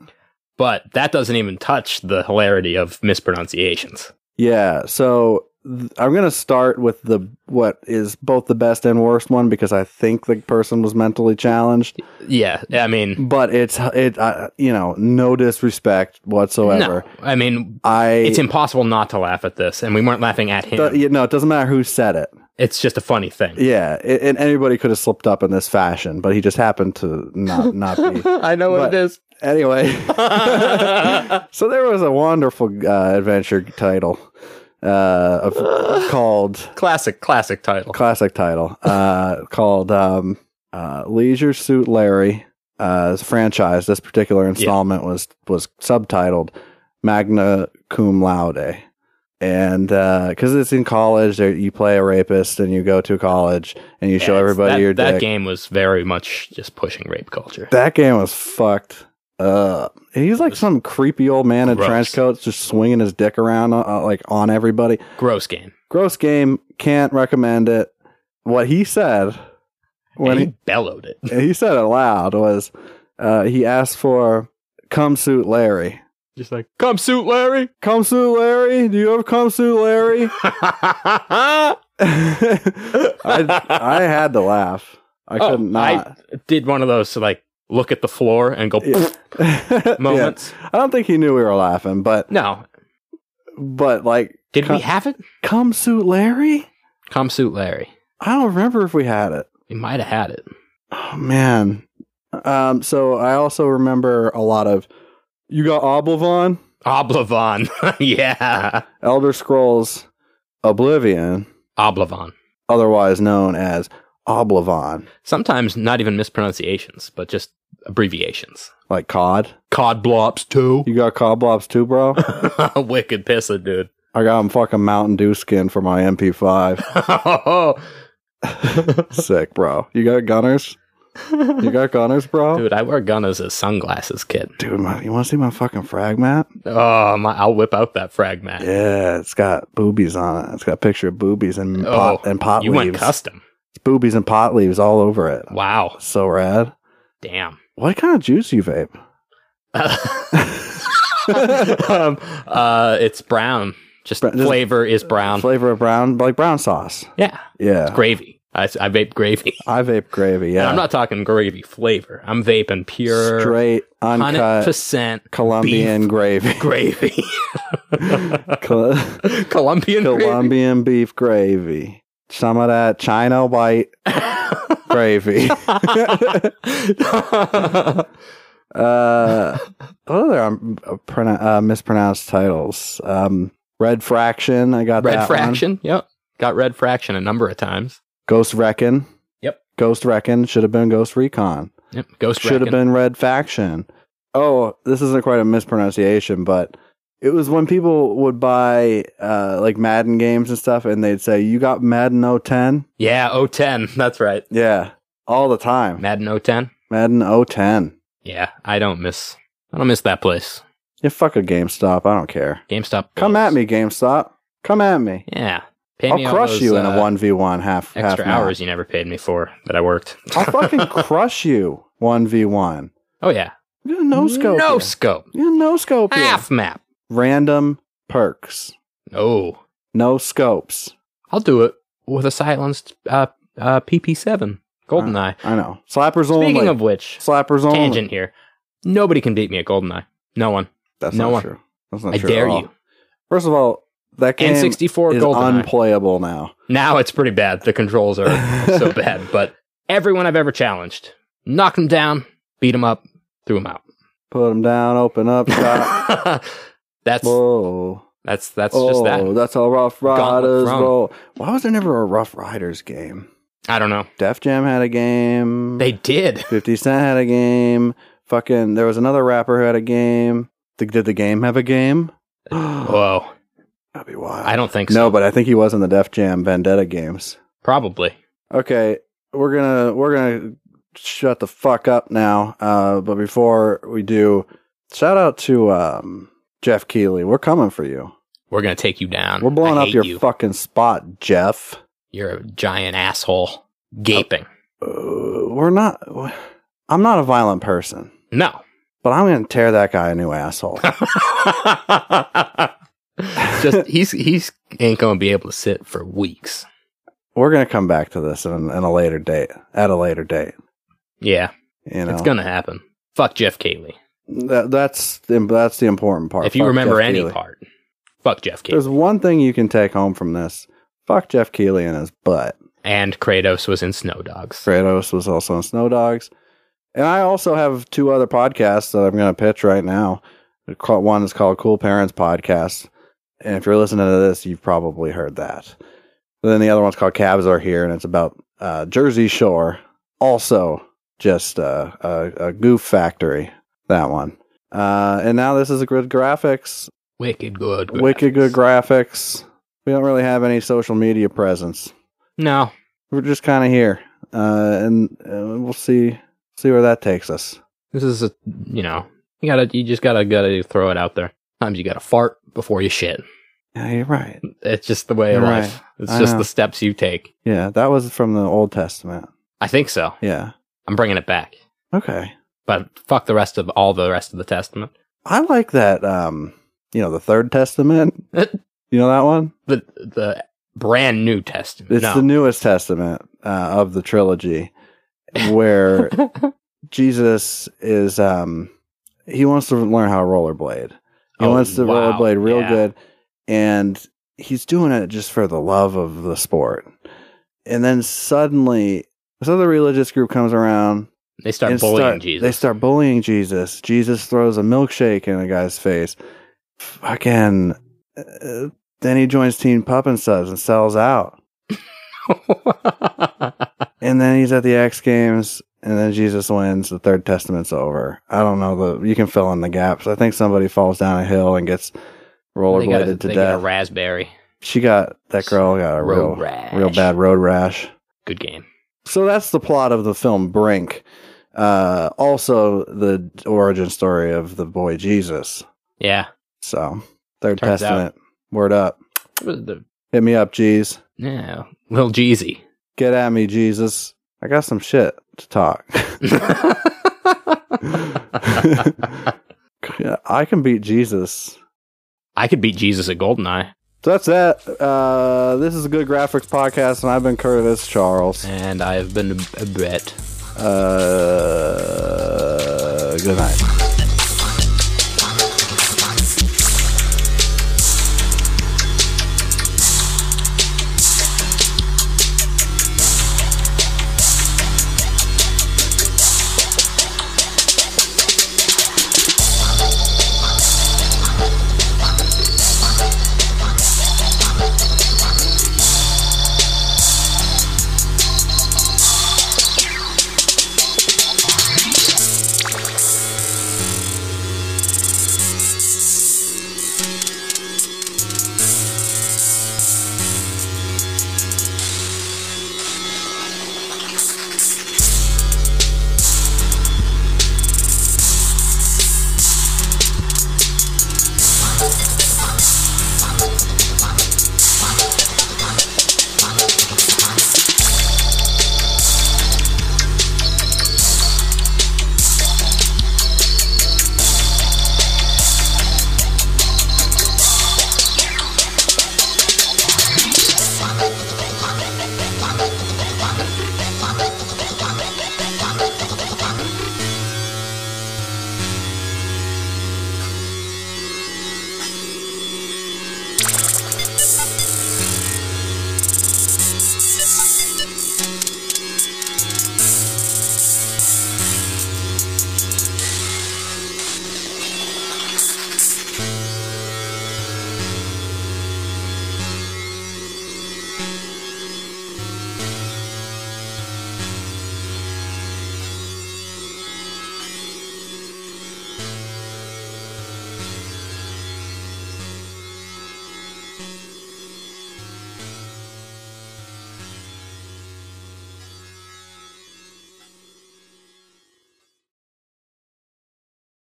Speaker 2: but that doesn't even touch the hilarity of mispronunciations.
Speaker 1: Yeah, so th- I'm going to start with the what is both the best and worst one because I think the person was mentally challenged,
Speaker 2: Yeah, I mean,
Speaker 1: but it's it uh, you know, no disrespect whatsoever.
Speaker 2: no, I mean,
Speaker 1: I
Speaker 2: it's impossible not to laugh at this, and we weren't laughing at him.
Speaker 1: th- you know, it doesn't matter who said it.
Speaker 2: it's just a funny thing.
Speaker 1: Yeah, it, and anybody could have slipped up in this fashion, but he just happened to not not be.
Speaker 2: I know
Speaker 1: what But- it
Speaker 2: is.
Speaker 1: anyway, so there was a wonderful uh, adventure title uh of, called
Speaker 2: classic, classic title.
Speaker 1: classic title uh, called um, uh, Leisure Suit Larry. Uh, it's a franchise. This particular installment was was subtitled Magna Cum Laude, and because it's in college, there, you play a rapist and you go to college and you show
Speaker 2: Yes,
Speaker 1: everybody
Speaker 2: that,
Speaker 1: your
Speaker 2: that
Speaker 1: dick.
Speaker 2: game was very much just pushing rape culture.
Speaker 1: That game was fucked. Uh, he's like some creepy old man in
Speaker 2: Gross.
Speaker 1: trench coats, just swinging his dick around uh, like on everybody.
Speaker 2: Gross game.
Speaker 1: Gross game. Can't recommend it. What he said
Speaker 2: When
Speaker 1: when
Speaker 2: and he,
Speaker 1: he
Speaker 2: bellowed it.
Speaker 1: and he said it loud was uh, he asked for come suit larry
Speaker 2: Just like, come suit, Larry.
Speaker 1: come suit larry do you have come suit larry I, I had to laugh i
Speaker 2: Oh,
Speaker 1: couldn't not
Speaker 2: Did one of those to like look at the floor and go
Speaker 1: Yeah.
Speaker 2: moments.
Speaker 1: Yeah. i don't think he knew we were laughing but
Speaker 2: No.
Speaker 1: but like
Speaker 2: Did
Speaker 1: Come-
Speaker 2: we have it?
Speaker 1: come suit larry
Speaker 2: Comsuit Larry.
Speaker 1: I don't remember if we had it.
Speaker 2: We might have had it.
Speaker 1: Oh man. Um, so I also remember a lot of you got Oblivion,
Speaker 2: Oblivion. yeah.
Speaker 1: Elder Scrolls Oblivion,
Speaker 2: Oblivion.
Speaker 1: otherwise known as Oblivion,
Speaker 2: Sometimes not even mispronunciations, but just abbreviations.
Speaker 1: like COD.
Speaker 2: Cod Blops 2.
Speaker 1: You got COD Blops too, bro?
Speaker 2: Wicked pisser, dude.
Speaker 1: I got him fucking Mountain Dew skin for my MP5. Sick, bro. You got gunners? You got gunners, bro? Dude,
Speaker 2: Dude, I wear gunners as sunglasses, kid.
Speaker 1: my, you want to see my fucking frag map?
Speaker 2: Oh, my, I'll whip out that frag mat.
Speaker 1: Yeah, it's got boobies on it. It's got a picture of boobies and pot,
Speaker 2: Oh,
Speaker 1: and pot
Speaker 2: you went
Speaker 1: leaves.
Speaker 2: custom.
Speaker 1: It's boobies and pot leaves all over it.
Speaker 2: Wow.
Speaker 1: So rad.
Speaker 2: Damn.
Speaker 1: What kind of juice you vape?
Speaker 2: um, uh, it's brown. Just
Speaker 1: Bra- just-
Speaker 2: flavor is brown.
Speaker 1: Flavor of brown, like brown sauce.
Speaker 2: yeah.
Speaker 1: Yeah,
Speaker 2: Gravy. I, s- I vape gravy.
Speaker 1: I vape gravy. Yeah,
Speaker 2: And I'm not talking gravy flavor. I'm vaping pure
Speaker 1: straight uncut
Speaker 2: 100%
Speaker 1: Colombian gravy.
Speaker 2: gravy.
Speaker 1: Col-
Speaker 2: Colombian gravy.
Speaker 1: Colombian beef gravy. Some of that China white gravy. Uh, what other um, uh, prona- uh, mispronounced titles? Um, Red Fraction. I got that
Speaker 2: red
Speaker 1: one.
Speaker 2: fraction. Yep. Got red fraction a number of times.
Speaker 1: Ghost Reckon.
Speaker 2: Yep.
Speaker 1: Ghost Reckon should have been Ghost Recon.
Speaker 2: Yep. Ghost
Speaker 1: Should have
Speaker 2: Reckon.
Speaker 1: been Red Faction. Oh, this isn't quite a mispronunciation, but it was when people would buy uh, like Madden games and stuff, and they'd say, "You got Madden 010?
Speaker 2: Yeah, 010. That's right.
Speaker 1: Yeah, all the time.
Speaker 2: Madden 010.
Speaker 1: Madden 010.
Speaker 2: Yeah, I don't miss. I don't miss that place.
Speaker 1: Yeah, fuck a GameStop. I don't care.
Speaker 2: GameStop.
Speaker 1: Come
Speaker 2: blows.
Speaker 1: at me, GameStop. Come at me.
Speaker 2: Yeah. Pay
Speaker 1: I'll
Speaker 2: me all
Speaker 1: crush
Speaker 2: those,
Speaker 1: you in a
Speaker 2: uh,
Speaker 1: one v one half half
Speaker 2: Extra
Speaker 1: map.
Speaker 2: hours you never paid me for that I worked.
Speaker 1: I'll fucking crush you one v one.
Speaker 2: oh yeah.
Speaker 1: You no scope.
Speaker 2: No scope.
Speaker 1: You no scope. here.
Speaker 2: Half map.
Speaker 1: Random perks.
Speaker 2: No.
Speaker 1: No scopes.
Speaker 2: I'll do it with a silenced uh, uh, PP7 Goldeneye.
Speaker 1: I know. Slappers
Speaker 2: Speaking
Speaker 1: only.
Speaker 2: of which,
Speaker 1: Slappers only.
Speaker 2: tangent here. Nobody can beat me at Goldeneye. No one.
Speaker 1: That's
Speaker 2: No
Speaker 1: not
Speaker 2: one.
Speaker 1: true. That's not
Speaker 2: I
Speaker 1: true at
Speaker 2: dare
Speaker 1: all.
Speaker 2: you.
Speaker 1: First of all, that game is
Speaker 2: N64 Goldeneye.
Speaker 1: unplayable now.
Speaker 2: now it's pretty bad. The controls are so bad. But everyone I've ever challenged, knocked them down, beat them up, threw them out.
Speaker 1: Put them down. Open up. Shot.
Speaker 2: that's
Speaker 1: Whoa.
Speaker 2: that's that's
Speaker 1: oh,
Speaker 2: just that.
Speaker 1: that's how Rough Riders
Speaker 2: Throne.
Speaker 1: roll. Why was there never a Rough Riders game?
Speaker 2: I don't know.
Speaker 1: Def Jam had a game.
Speaker 2: They did.
Speaker 1: 50 Cent had a game. Fucking, there was another rapper who had a game. Th- did the game have a game? That'd
Speaker 2: Whoa,
Speaker 1: be wild.
Speaker 2: Uh, I don't think so.
Speaker 1: No, but I think he was in the Def Jam Vendetta games.
Speaker 2: Probably.
Speaker 1: Okay, we're gonna we're gonna shut the fuck up now. Uh, but before we do, shout out to um, Jeff Keeley. We're coming for you.
Speaker 2: We're gonna take you down.
Speaker 1: We're blowing
Speaker 2: I
Speaker 1: up
Speaker 2: hate
Speaker 1: your
Speaker 2: You.
Speaker 1: fucking spot, Jeff.
Speaker 2: You're a giant asshole, gaping.
Speaker 1: Uh, we're not. I'm not a violent person,
Speaker 2: No.
Speaker 1: but I'm gonna tear that guy a new asshole.
Speaker 2: just he's he's ain't gonna be able to sit for weeks.
Speaker 1: we're gonna come back to this in, in a later date at a later date
Speaker 2: Yeah,
Speaker 1: you know
Speaker 2: it's gonna happen. Fuck Jeff Cayley.
Speaker 1: That- that's the, that's the important part
Speaker 2: If you
Speaker 1: Fuck
Speaker 2: remember
Speaker 1: Jeff
Speaker 2: any
Speaker 1: Keighley.
Speaker 2: part, fuck Jeff Cayley.
Speaker 1: there's one thing you can take home from this fuck jeff keeley and his butt
Speaker 2: And Kratos was in Snow Dogs.
Speaker 1: kratos was also on snow dogs and i also have two other podcasts that i'm gonna pitch right now one is called cool parents podcast and if you're listening to this you've probably heard that then the other one's called Cabs Are Here, and it's about uh, Jersey Shore. Also, just uh, a, a goof factory, that one. Uh, and now this is good graphics,
Speaker 2: Wicked good.
Speaker 1: wicked good
Speaker 2: graphics.
Speaker 1: graphics. We don't really have any social media presence.
Speaker 2: No.
Speaker 1: We're just kind of here, uh, and uh, we'll see see where that takes us.
Speaker 2: This is a you know you gotta you just gotta gotta throw it out there. Sometimes you gotta fart before you shit.
Speaker 1: Yeah, you're right.
Speaker 2: It's just the way of
Speaker 1: You're
Speaker 2: life. It's
Speaker 1: I
Speaker 2: just
Speaker 1: know.
Speaker 2: the steps you take.
Speaker 1: Yeah, that was from the Old Testament.
Speaker 2: I think so.
Speaker 1: Yeah.
Speaker 2: I'm bringing it back.
Speaker 1: Okay.
Speaker 2: But fuck the rest of all the rest of the testament.
Speaker 1: I like that. Um, you know, the Third Testament. you know that one.
Speaker 2: The the brand new testament.
Speaker 1: It's
Speaker 2: no.
Speaker 1: the newest testament uh, of the trilogy where Jesus is um he wants to learn how to rollerblade. He
Speaker 2: Oh,
Speaker 1: wants to
Speaker 2: wow.
Speaker 1: rollerblade real
Speaker 2: Yeah.
Speaker 1: good and he's doing it just for the love of the sport. and then suddenly this other religious group comes around
Speaker 2: They start
Speaker 1: and
Speaker 2: bullying
Speaker 1: start- They
Speaker 2: Jesus.
Speaker 1: start bullying Jesus. Jesus throws a milkshake in a guy's face. Fucking. Uh, then he joins Teen Pup and Subs and sells out. And then he's at the X Games, and then Jesus wins. The Third Testament's over. I don't know. The you can fill in the gaps. I think somebody falls down a hill and gets
Speaker 2: they got a,
Speaker 1: rollerbladed to
Speaker 2: they got a
Speaker 1: death.
Speaker 2: raspberry.
Speaker 1: she got that girl got a
Speaker 2: Road
Speaker 1: real,
Speaker 2: rash.
Speaker 1: real bad road rash.
Speaker 2: Good game.
Speaker 1: So that's the plot of the film Brink. Uh, also, the origin story of the boy Jesus.
Speaker 2: Yeah.
Speaker 1: So, Third
Speaker 2: Turns
Speaker 1: Testament, word up.
Speaker 2: What was the
Speaker 1: Hit me up, Jeez.
Speaker 2: yeah, Lil Jeezy.
Speaker 1: Get at me, Jesus. I got some shit to talk. Yeah, I can beat Jesus.
Speaker 2: I could beat Jesus at Goldeneye.
Speaker 1: So that's that. Uh, this is a good graphics podcast, and I've been Curtis Charles.
Speaker 2: And I've been a, a Brett.
Speaker 1: Uh, good night.